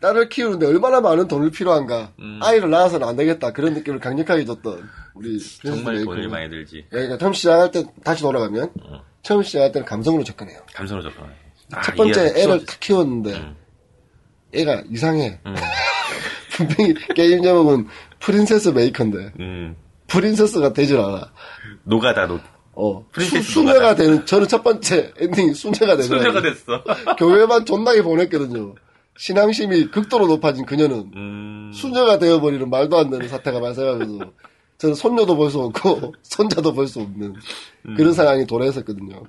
[SPEAKER 2] 딸을 키우는데 얼마나 많은 돈을 필요한가.
[SPEAKER 1] 음.
[SPEAKER 2] 아이를 낳아서는 안 되겠다. 그런 느낌을 강력하게 줬던 우리
[SPEAKER 1] 정말
[SPEAKER 2] 프린스
[SPEAKER 1] 돈을
[SPEAKER 2] 메이커는.
[SPEAKER 1] 많이 들지.
[SPEAKER 2] 그러니까 처음 시작할 때 다시 돌아가면 처음 시작할 때는 감성으로 접근해요.
[SPEAKER 1] 감성으로 접근해. 아,
[SPEAKER 2] 첫 번째
[SPEAKER 1] 이해가
[SPEAKER 2] 애를
[SPEAKER 1] 쉬워지-
[SPEAKER 2] 딱 키웠는데
[SPEAKER 1] 음.
[SPEAKER 2] 애가 이상해.
[SPEAKER 1] 음.
[SPEAKER 2] (laughs) 분명히 게임 제목은 프린세스 메이커인데
[SPEAKER 1] 음.
[SPEAKER 2] 프린세스가 되질 않아.
[SPEAKER 1] 노가다 노.
[SPEAKER 2] 어 수,
[SPEAKER 1] 프린세스
[SPEAKER 2] 순회가 되는 저는 첫 번째 엔딩이 순회가 되더라고요.
[SPEAKER 1] 소녀가 됐어.
[SPEAKER 2] 교회만 존나게 보냈거든요. 신앙심이 극도로 높아진 그녀는
[SPEAKER 1] 음.
[SPEAKER 2] 수녀가 되어버리는 말도 안 되는 사태가 발생하면서 저는 손녀도 볼 수 없고 (laughs) 손자도 볼 수 없는
[SPEAKER 1] 음.
[SPEAKER 2] 그런 상황이 도래했었거든요.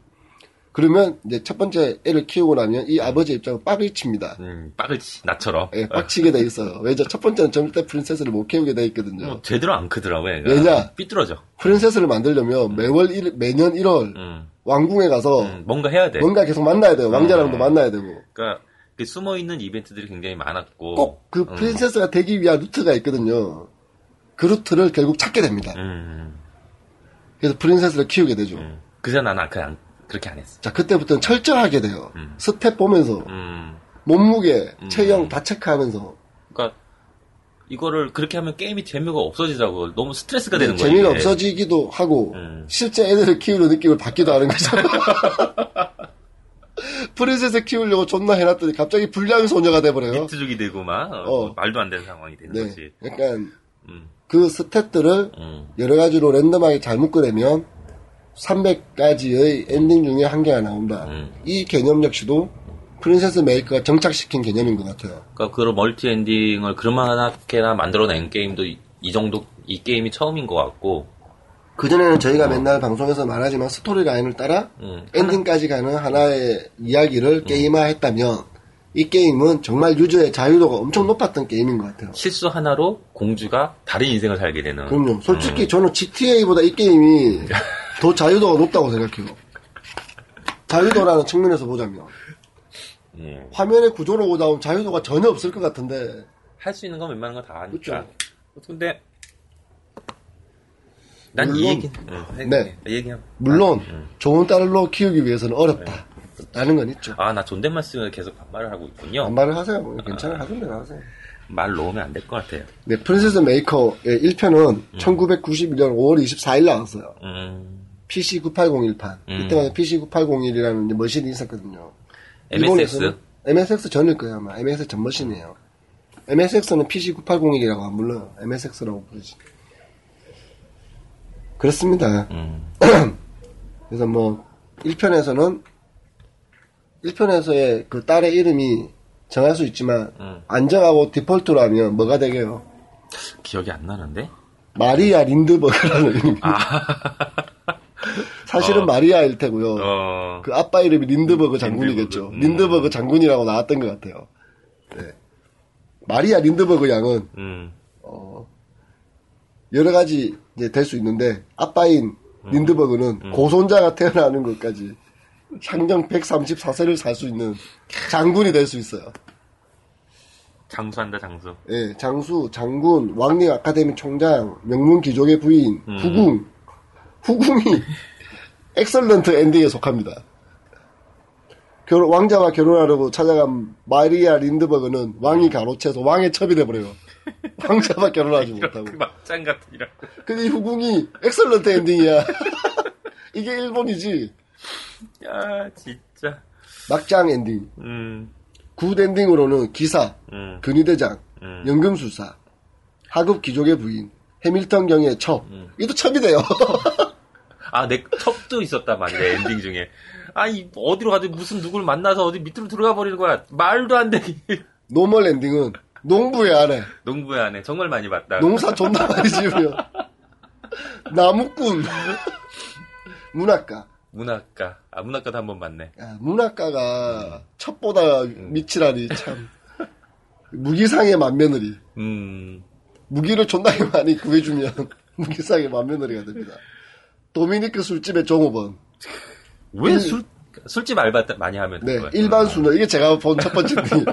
[SPEAKER 2] 그러면 이제 첫 번째 애를 키우고 나면 이 아버지 입장은 빡을 칩니다.
[SPEAKER 1] 음, 빡을 치, 나처럼.
[SPEAKER 2] 예, 빡치게 돼 있어요. 왜냐 첫 번째는 절대 프린세스를 못 키우게 돼 있거든요.
[SPEAKER 1] 어, 제대로 안 크더라고, 애가. 음,
[SPEAKER 2] 왜냐?
[SPEAKER 1] 삐뚤어져.
[SPEAKER 2] 프린세스를 만들려면 매월 일- 매년 1월
[SPEAKER 1] 음.
[SPEAKER 2] 왕궁에 가서
[SPEAKER 1] 음, 뭔가 해야 돼.
[SPEAKER 2] 뭔가 계속 만나야 돼요.
[SPEAKER 1] 음.
[SPEAKER 2] 왕자랑도 만나야 되고
[SPEAKER 1] 그러니까 그 숨어 있는 이벤트들이 굉장히 많았고.
[SPEAKER 2] 꼭 그
[SPEAKER 1] 음.
[SPEAKER 2] 프린세스가 되기 위한 루트가 있거든요. 그 루트를 결국 찾게 됩니다.
[SPEAKER 1] 음.
[SPEAKER 2] 그래서 프린세스를 키우게 되죠.
[SPEAKER 1] 음. 그래서 나는 그냥 그렇게 안 했어.
[SPEAKER 2] 자, 그때부터는 철저하게 돼요. 스텝 보면서,
[SPEAKER 1] 음.
[SPEAKER 2] 몸무게, 체형 다 체크하면서.
[SPEAKER 1] 그러니까 이거를 그렇게 하면 게임이 재미가 없어지더라고. 너무 스트레스가 되는 거야.
[SPEAKER 2] 네, 재미가
[SPEAKER 1] 이게.
[SPEAKER 2] 없어지기도 하고,
[SPEAKER 1] 음.
[SPEAKER 2] 실제 애들을 키우는 느낌을 받기도 하는 거죠. (laughs) 프린세스 키우려고 존나 해놨더니 갑자기 불량 소녀가 돼버려요.
[SPEAKER 1] 비트족이 되고 막 어,
[SPEAKER 2] 어.
[SPEAKER 1] 뭐 말도 안 되는 상황이 되는
[SPEAKER 2] 네.
[SPEAKER 1] 거지.
[SPEAKER 2] 약간,
[SPEAKER 1] 음.
[SPEAKER 2] 그 스탯들을
[SPEAKER 1] 음.
[SPEAKER 2] 여러 가지로 랜덤하게 잘 묶으려면 300가지의 엔딩 중에 한 개가 나온다.
[SPEAKER 1] 음.
[SPEAKER 2] 이 개념 역시도 프린세스 메이커가 정착시킨 개념인 것 같아요.
[SPEAKER 1] 그러니까 그런 멀티 엔딩을 그만하게나 만들어낸 게임도 이, 이 정도 이 게임이 처음인 것 같고.
[SPEAKER 2] 그전에는 저희가 맨날 방송에서 말하지만 스토리 라인을 따라
[SPEAKER 1] 어. 음.
[SPEAKER 2] 엔딩까지 가는 하나의 이야기를 게임화했다면 이 게임은 정말 유저의 자유도가 엄청 높았던 게임인 것 같아요.
[SPEAKER 1] 실수 하나로 공주가 다른 인생을 살게 되는.
[SPEAKER 2] 그럼요.
[SPEAKER 1] 음.
[SPEAKER 2] 솔직히 저는 GTA보다
[SPEAKER 1] (laughs)
[SPEAKER 2] 이 게임이 더 자유도가 높다고 생각해요. 자유도라는 측면에서 보자면
[SPEAKER 1] 음.
[SPEAKER 2] 화면의 구조로 보다 보면 자유도가 전혀 없을 것 같은데
[SPEAKER 1] 할 수 있는 건 웬만한 건 다 하니까.
[SPEAKER 2] 그쵸.
[SPEAKER 1] 근데 난 이
[SPEAKER 2] 물론-
[SPEAKER 1] 얘기. 응,
[SPEAKER 2] 네.
[SPEAKER 1] 얘기함.
[SPEAKER 2] 물론 좋은 딸로 키우기 위해서는 어렵다라는 건 있죠.
[SPEAKER 1] 아 나 존댓말 쓰면 계속 반말을 하고 있군요.
[SPEAKER 2] 반말을 하세요. 뭐 괜찮아요. 하던 대로 하세요.
[SPEAKER 1] 말 놓으면 안 될 것 같아요.
[SPEAKER 2] 네, 프린세스 메이커의 1편은 1991년 5월 24일 나왔어요.
[SPEAKER 1] 음.
[SPEAKER 2] PC 9801판.
[SPEAKER 1] 음.
[SPEAKER 2] 이때마다 PC 9801이라는 이제 머신이 있었거든요.
[SPEAKER 1] MSX.
[SPEAKER 2] MSX 전일 거예요, 아마. MSX 전 머신이에요. MSX는 PC 9801이라고 안 불러요. MSX라고 부르지. 그렇습니다.
[SPEAKER 1] 음.
[SPEAKER 2] (clears throat) 그래서 뭐, 1편에서는, 1편에서의 그 딸의 이름이 정할 수 있지만,
[SPEAKER 1] 음.
[SPEAKER 2] 안정하고 디폴트로 하면 뭐가 되게요?
[SPEAKER 1] 기억이 안 나는데.
[SPEAKER 2] 마리아 린드버그라는 이름. (laughs) 사실은
[SPEAKER 1] 어.
[SPEAKER 2] 마리아일 테고요.
[SPEAKER 1] 어.
[SPEAKER 2] 그 아빠 이름이 린드버그 장군이겠죠.
[SPEAKER 1] 린드버그. 음.
[SPEAKER 2] 린드버그 장군이라고 나왔던 것 같아요. 네. 마리아 린드버그 양은
[SPEAKER 1] 음.
[SPEAKER 2] 어, 여러 가지 이제 될 수 있는데 아빠인 린드버그는 고손자가 태어나는 것까지 향정 134세를 살 수 있는 장군이 될 수 있어요. 그
[SPEAKER 1] 장수한다 장수.
[SPEAKER 2] 예, 장수, 장군, 왕립 아카데미 총장, 명문 귀족의 부인, 후궁. 후궁이 엑설런트 엔딩에 속합니다. 결혼, 왕자와 결혼하려고 찾아간 마리아 린드버그는 왕이 가로채서 왕의 첩이 돼버려요. 왕자와 결혼하지 못하고.
[SPEAKER 1] 그 막장 같은 이라.
[SPEAKER 2] 근데 이 후궁이 엑설런트 엔딩이야. (laughs) 이게 일본이지.
[SPEAKER 1] 야 진짜.
[SPEAKER 2] 막장 엔딩.
[SPEAKER 1] 음.
[SPEAKER 2] 굿 엔딩으로는 기사,
[SPEAKER 1] 음.
[SPEAKER 2] 근위대장,
[SPEAKER 1] 음.
[SPEAKER 2] 연금술사, 하급 귀족의 부인, 해밀턴 경의 첩. 이도 첩이 돼요. (laughs)
[SPEAKER 1] 아, 내 첩도 있었다, 맞네, 엔딩 중에. 아, 이, 어디로 가든 무슨 누굴 만나서 어디 밑으로 들어가 버리는 거야. 말도 안 돼.
[SPEAKER 2] 노멀 엔딩은 농부의 아내,
[SPEAKER 1] (laughs) 농부의 아내, 정말 많이 봤다.
[SPEAKER 2] 농사 존나 많이 지으며, (laughs) 나무꾼, (laughs) 문학가.
[SPEAKER 1] 문학가. 아, 문학가도 한 번 봤네.
[SPEAKER 2] 야, 문학가가 첩보다 미치라니, 참. 무기상의 맏며느리.
[SPEAKER 1] 음,
[SPEAKER 2] 무기를 존나게 (laughs) 많이 구해주면 무기상의 맏며느리가 됩니다. 도미니크 술집의 종업원.
[SPEAKER 1] 왜 술, 음. 술집 알바 따- 많이 하면
[SPEAKER 2] 네,
[SPEAKER 1] 되는 거야? 음.
[SPEAKER 2] 일반 순녀. 이게 제가 본
[SPEAKER 1] (laughs)
[SPEAKER 2] 첫 번째 등이에요.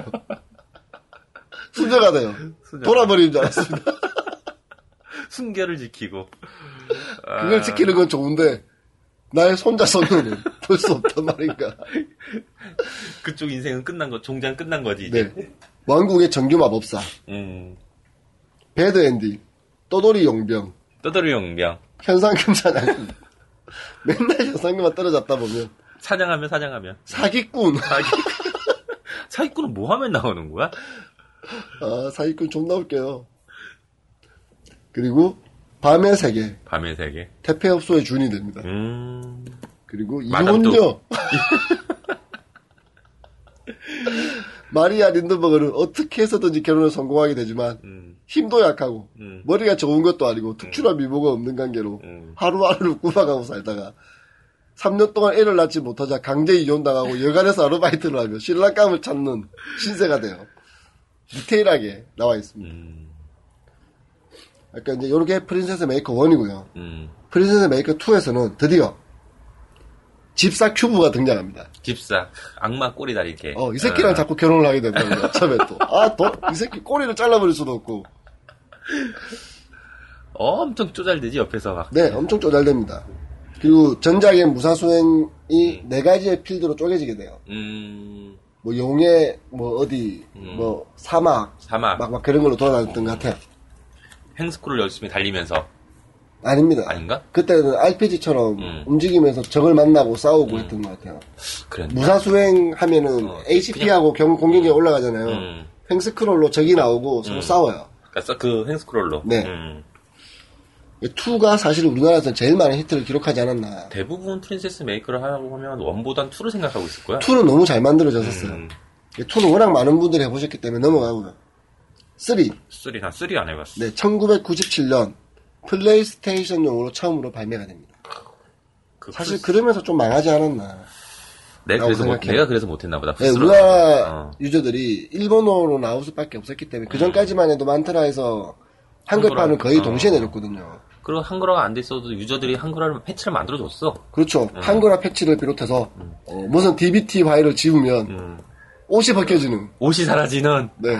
[SPEAKER 2] 순녀가 돼요.
[SPEAKER 1] 순녀.
[SPEAKER 2] 돌아버리는 줄 알았습니다.
[SPEAKER 1] 순결을 지키고. 아,
[SPEAKER 2] 그걸 지키는 건 좋은데, 나의 손자 손녀는
[SPEAKER 1] (laughs)
[SPEAKER 2] 볼 수 없단 말인가.
[SPEAKER 1] 그쪽 인생은 끝난 거, 종장 끝난 거지, 이제.
[SPEAKER 2] 네. 왕국의 정규 마법사,
[SPEAKER 1] 음,
[SPEAKER 2] 배드 엔딩, 떠돌이 용병,
[SPEAKER 1] 떠돌이 용병.
[SPEAKER 2] 현상금 사냥. (laughs) 맨날 현상금만 떨어졌다 보면,
[SPEAKER 1] 사냥하면 사냥하면.
[SPEAKER 2] 사기꾼.
[SPEAKER 1] 사기, (laughs) 사기꾼은 뭐 하면 나오는 거야?
[SPEAKER 2] 아, 사기꾼 존나 웃겨요. 그리고, 밤의 세계,
[SPEAKER 1] 밤의 세계.
[SPEAKER 2] 태폐업소의 준이 됩니다.
[SPEAKER 1] 음,
[SPEAKER 2] 그리고
[SPEAKER 1] 마담도.
[SPEAKER 2] 이혼녀 (laughs) 마리아 린드버그는 어떻게 해서든지 결혼을 성공하게 되지만
[SPEAKER 1] 음,
[SPEAKER 2] 힘도 약하고
[SPEAKER 1] 음.
[SPEAKER 2] 머리가 좋은 것도 아니고 특출한
[SPEAKER 1] 예.
[SPEAKER 2] 미모가 없는 관계로
[SPEAKER 1] 음.
[SPEAKER 2] 하루하루를 꾸박하고 살다가 3년 동안 애를 낳지 못하자 강제 이혼당하고 여간에서 아르바이트를 하며 신랑감을 찾는 신세가 돼요. 디테일하게 나와 있습니다.
[SPEAKER 1] 음,
[SPEAKER 2] 약간 그러니까 이제 요렇게 프린세스 메이커 1이고요.
[SPEAKER 1] 음.
[SPEAKER 2] 프린세스 메이커 2에서는 드디어 집사 큐브가 등장합니다.
[SPEAKER 1] 집사, 악마 꼬리 다리 개.
[SPEAKER 2] 어, 이 새끼랑 자꾸 결혼을 하게 된다는 거야, 처음에 또. 아, 더, 이 새끼 꼬리를 잘라버릴 수도 없고.
[SPEAKER 1] 어, 엄청 쪼잘되지 옆에서 막.
[SPEAKER 2] 네, 엄청 쪼잘됩니다. 그리고 전작의 무사수행이 네 가지의 필드로 쪼개지게 돼요.
[SPEAKER 1] 음
[SPEAKER 2] 뭐, 용의, 뭐, 어디, 뭐, 사막,
[SPEAKER 1] 사막
[SPEAKER 2] 막, 막 그런 걸로 돌아다녔던 것 같아요.
[SPEAKER 1] 행스쿨을 열심히 달리면서
[SPEAKER 2] 아닙니다.
[SPEAKER 1] 아닌가?
[SPEAKER 2] 그때는 RPG처럼
[SPEAKER 1] 음.
[SPEAKER 2] 움직이면서 적을 만나고 싸우고 했던 것 같아요.
[SPEAKER 1] 그랬나?
[SPEAKER 2] 무사수행 하면은
[SPEAKER 1] 어,
[SPEAKER 2] HP하고 경 공격력 올라가잖아요.
[SPEAKER 1] 음.
[SPEAKER 2] 횡스크롤로 적이 나오고 서로 싸워요.
[SPEAKER 1] 그러니까 그 행스쿨로.
[SPEAKER 2] 네.
[SPEAKER 1] 음.
[SPEAKER 2] 2가 사실 우리나라에서 제일 많은 히트를 기록하지 않았나.
[SPEAKER 1] 대부분 프린세스 메이커를 하라고 하면 원보단 투를 생각하고 있을 거야.
[SPEAKER 2] 2는 너무 잘 만들어졌었어요.
[SPEAKER 1] 음.
[SPEAKER 2] 2는 워낙 많은 분들이 해보셨기 때문에 넘어가고요. 3.
[SPEAKER 1] 쓰리 난 쓰리 안 해봤어.
[SPEAKER 2] 네, 1997년 플레이스테이션용으로 처음으로 발매가 됩니다.
[SPEAKER 1] 그
[SPEAKER 2] 사실
[SPEAKER 1] 플스-
[SPEAKER 2] 그러면서 좀 망하지 않았나.
[SPEAKER 1] 내가 그래서 못,
[SPEAKER 2] 생각해요.
[SPEAKER 1] 내가 그래서 못했나 보다.
[SPEAKER 2] 네,
[SPEAKER 1] 부스러워.
[SPEAKER 2] 우리나라
[SPEAKER 1] 어.
[SPEAKER 2] 유저들이 일본어로 나올 수밖에 없었기 때문에 그 전까지만 해도 만트라에서 한글판을 거의
[SPEAKER 1] 한글화.
[SPEAKER 2] 동시에
[SPEAKER 1] 어.
[SPEAKER 2] 내렸거든요.
[SPEAKER 1] 그리고 한글화가 안 돼 있어도 유저들이 한글화를 패치를 만들어줬어.
[SPEAKER 2] 그렇죠.
[SPEAKER 1] 음.
[SPEAKER 2] 한글화 패치를 비롯해서 어, 무슨 DBT 파일을 지우면
[SPEAKER 1] 음.
[SPEAKER 2] 옷이 벗겨지는.
[SPEAKER 1] 옷이 사라지는
[SPEAKER 2] 네.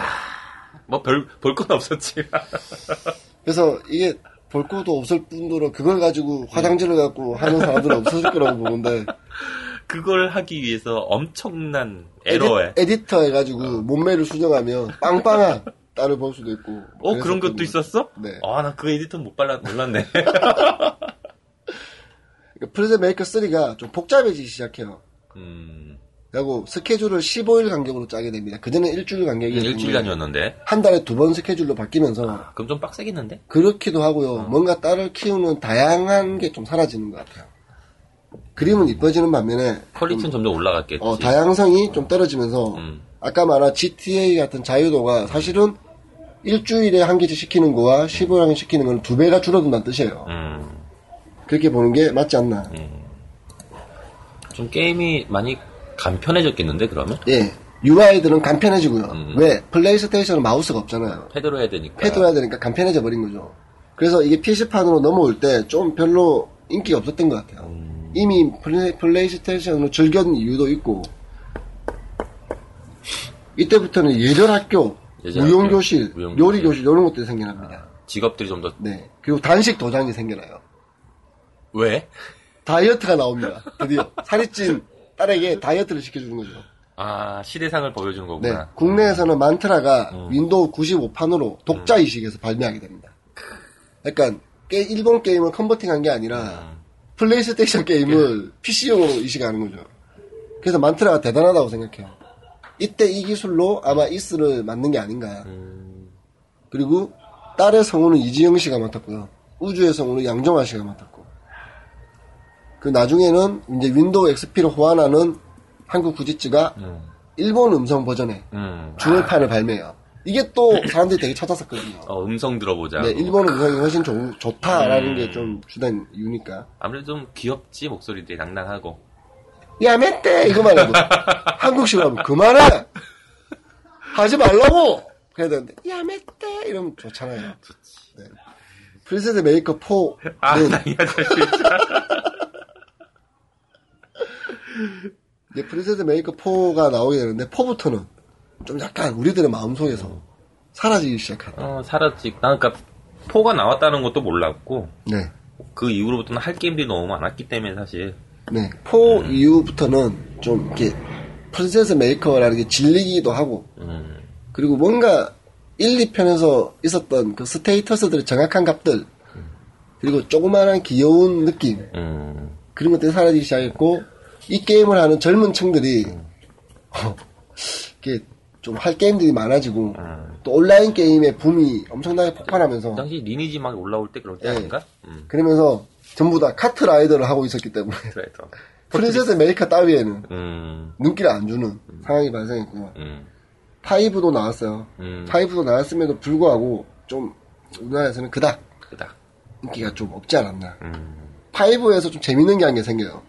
[SPEAKER 1] 뭐 별 볼 건 없었지. (laughs)
[SPEAKER 2] 그래서 이게 볼 것도 없을 뿐더러 그걸 가지고
[SPEAKER 1] 음.
[SPEAKER 2] 화장지를 갖고 하는 사람들은 없을 거라고 보는데
[SPEAKER 1] 그걸 하기 위해서 엄청난 (laughs) 에러에.
[SPEAKER 2] 에디, 터 해가지고 몸매를 수정하면 빵빵한 딸을 볼 수도 있고.
[SPEAKER 1] 어 그런
[SPEAKER 2] 그랬었거든요.
[SPEAKER 1] 것도 있었어?
[SPEAKER 2] 네.
[SPEAKER 1] 아 나 그 에디터 못 발라 몰랐네. (laughs)
[SPEAKER 2] 그러니까 프리즌 메이커 3가 좀 복잡해지기 시작해요.
[SPEAKER 1] 음,
[SPEAKER 2] 그리고 스케줄을 15일 간격으로 짜게 됩니다. 그전에 일주일 간격이었는데
[SPEAKER 1] 네, 일주일간이었는데.
[SPEAKER 2] 한 달에 두 번 스케줄로 바뀌면서
[SPEAKER 1] 그럼 좀 빡세겠는데?
[SPEAKER 2] 그렇기도 하고요.
[SPEAKER 1] 어.
[SPEAKER 2] 뭔가 딸을 키우는 다양한 게 좀 사라지는 것 같아요. 그림은 이뻐지는 반면에
[SPEAKER 1] 퀄리티는 점점 올라갔겠지.
[SPEAKER 2] 어, 다양성이 좀 떨어지면서
[SPEAKER 1] 음.
[SPEAKER 2] 아까 말한 GTA 같은 자유도가 사실은 일주일에 한 개씩 시키는 거와 15일 한 시키는 건 두 배가 줄어든다는 뜻이에요.
[SPEAKER 1] 음,
[SPEAKER 2] 그렇게 보는 게 맞지 않나.
[SPEAKER 1] 좀 게임이 많이 간편해졌겠는데 그러면?
[SPEAKER 2] 예. UI들은 간편해지고요.
[SPEAKER 1] 음.
[SPEAKER 2] 왜? 플레이스테이션은 마우스가 없잖아요.
[SPEAKER 1] 패드로 해야 되니까.
[SPEAKER 2] 패드로 해야 되니까 간편해져 버린 거죠. 그래서 이게 PC판으로 넘어올 때 좀 별로 인기가 없었던 것 같아요.
[SPEAKER 1] 음.
[SPEAKER 2] 이미 플레이, 플레이스테이션으로 즐겼는 이유도 있고, 이때부터는 예절 학교,
[SPEAKER 1] 예절
[SPEAKER 2] 무용
[SPEAKER 1] 학교,
[SPEAKER 2] 교실,
[SPEAKER 1] 무용
[SPEAKER 2] 요리
[SPEAKER 1] 교실.
[SPEAKER 2] 교실 이런 것들이 생겨납니다.
[SPEAKER 1] 직업들이 좀 더
[SPEAKER 2] 네. 그리고 단식 도장이 생겨나요.
[SPEAKER 1] 왜?
[SPEAKER 2] 다이어트가 나옵니다. 드디어 살이 찐 딸에게 다이어트를 시켜주는 거죠.
[SPEAKER 1] 아 시대상을 보여주는
[SPEAKER 2] 네.
[SPEAKER 1] 거구나.
[SPEAKER 2] 국내에서는 만트라가 윈도우 95판으로 독자 이식에서 발매하게 됩니다. 그러니까 게- 일본 게임을 컨버팅한 게 아니라 플레이스테이션 게임을 PC용으로 이식하는 거죠. 그래서 만트라가 대단하다고 생각해요. 이때 이 기술로 아마 이스를 만든 게 아닌가.
[SPEAKER 1] 음.
[SPEAKER 2] 그리고 딸의 성우는 이지영 씨가 맡았고요. 우주의 성우는 양정아 씨가 맡았고. 그 나중에는 이제 윈도우 XP를 호환하는 한국 구지츠가 일본 음성 버전의
[SPEAKER 1] 음.
[SPEAKER 2] 중얼판을 발매해요. 이게 또 사람들이 되게 찾았었거든요.
[SPEAKER 1] 어, 음성 들어보자.
[SPEAKER 2] 네, 일본 음성이 훨씬 좋, 좋다라는 게 좀 주된 이유니까.
[SPEAKER 1] 아무래도 좀 귀엽지 목소리들이 낭낭하고.
[SPEAKER 2] 야, 맷대! 이거 말하고. 한국식으로 하면 그만해! 하지 말라고! 그래야 되는데, 야, 맷대! 이러면 좋잖아요. 좋지. 네. 프린세스 메이커 네. 4.
[SPEAKER 1] 아, 나이 아저씨. (laughs)
[SPEAKER 2] 이제 프린세스 메이커 4가 나오게 되는데, 4부터는 좀 약간 우리들의 마음속에서 사라지기 시작하다.
[SPEAKER 1] 어, 사라지. 나 그러니까 포가 나왔다는 것도 몰랐고
[SPEAKER 2] 네.
[SPEAKER 1] 그 이후로부터는 할 게임들이 너무 많았기 때문에 사실.
[SPEAKER 2] 네. 4 이후부터는 좀 이렇게 프린세스 메이커라는 게 질리기도 하고,
[SPEAKER 1] 음,
[SPEAKER 2] 그리고 뭔가 1, 2편에서 있었던 그 스테이터스들의 정확한 값들, 그리고 조그마한 귀여운 느낌,
[SPEAKER 1] 음.
[SPEAKER 2] 그런 것들이 사라지기 시작했고, 이 게임을 하는 젊은 층들이, 이렇게 좀 할 게임들이 많아지고, 또 온라인 게임의 붐이 엄청나게
[SPEAKER 1] 그
[SPEAKER 2] 폭발하면서,
[SPEAKER 1] 음. 당시 리니지 막 올라올 때 그럴 때
[SPEAKER 2] 예.
[SPEAKER 1] 아닌가? 음.
[SPEAKER 2] 그러면서 전부 다 카트 라이더를 하고 있었기 때문에,
[SPEAKER 1] 트라이더.
[SPEAKER 2] 프린세스 메이커 따위에는
[SPEAKER 1] 음,
[SPEAKER 2] 눈길을 안 주는 상황이 발생했고요.
[SPEAKER 1] 음,
[SPEAKER 2] 5도 나왔어요.
[SPEAKER 1] 음.
[SPEAKER 2] 5도 나왔음에도 불구하고 좀 우리나라에서는 그닥
[SPEAKER 1] 그다.
[SPEAKER 2] 인기가 좀 없지 않았나.
[SPEAKER 1] 음.
[SPEAKER 2] 5에서 좀 재밌는 게 한 게 생겨요.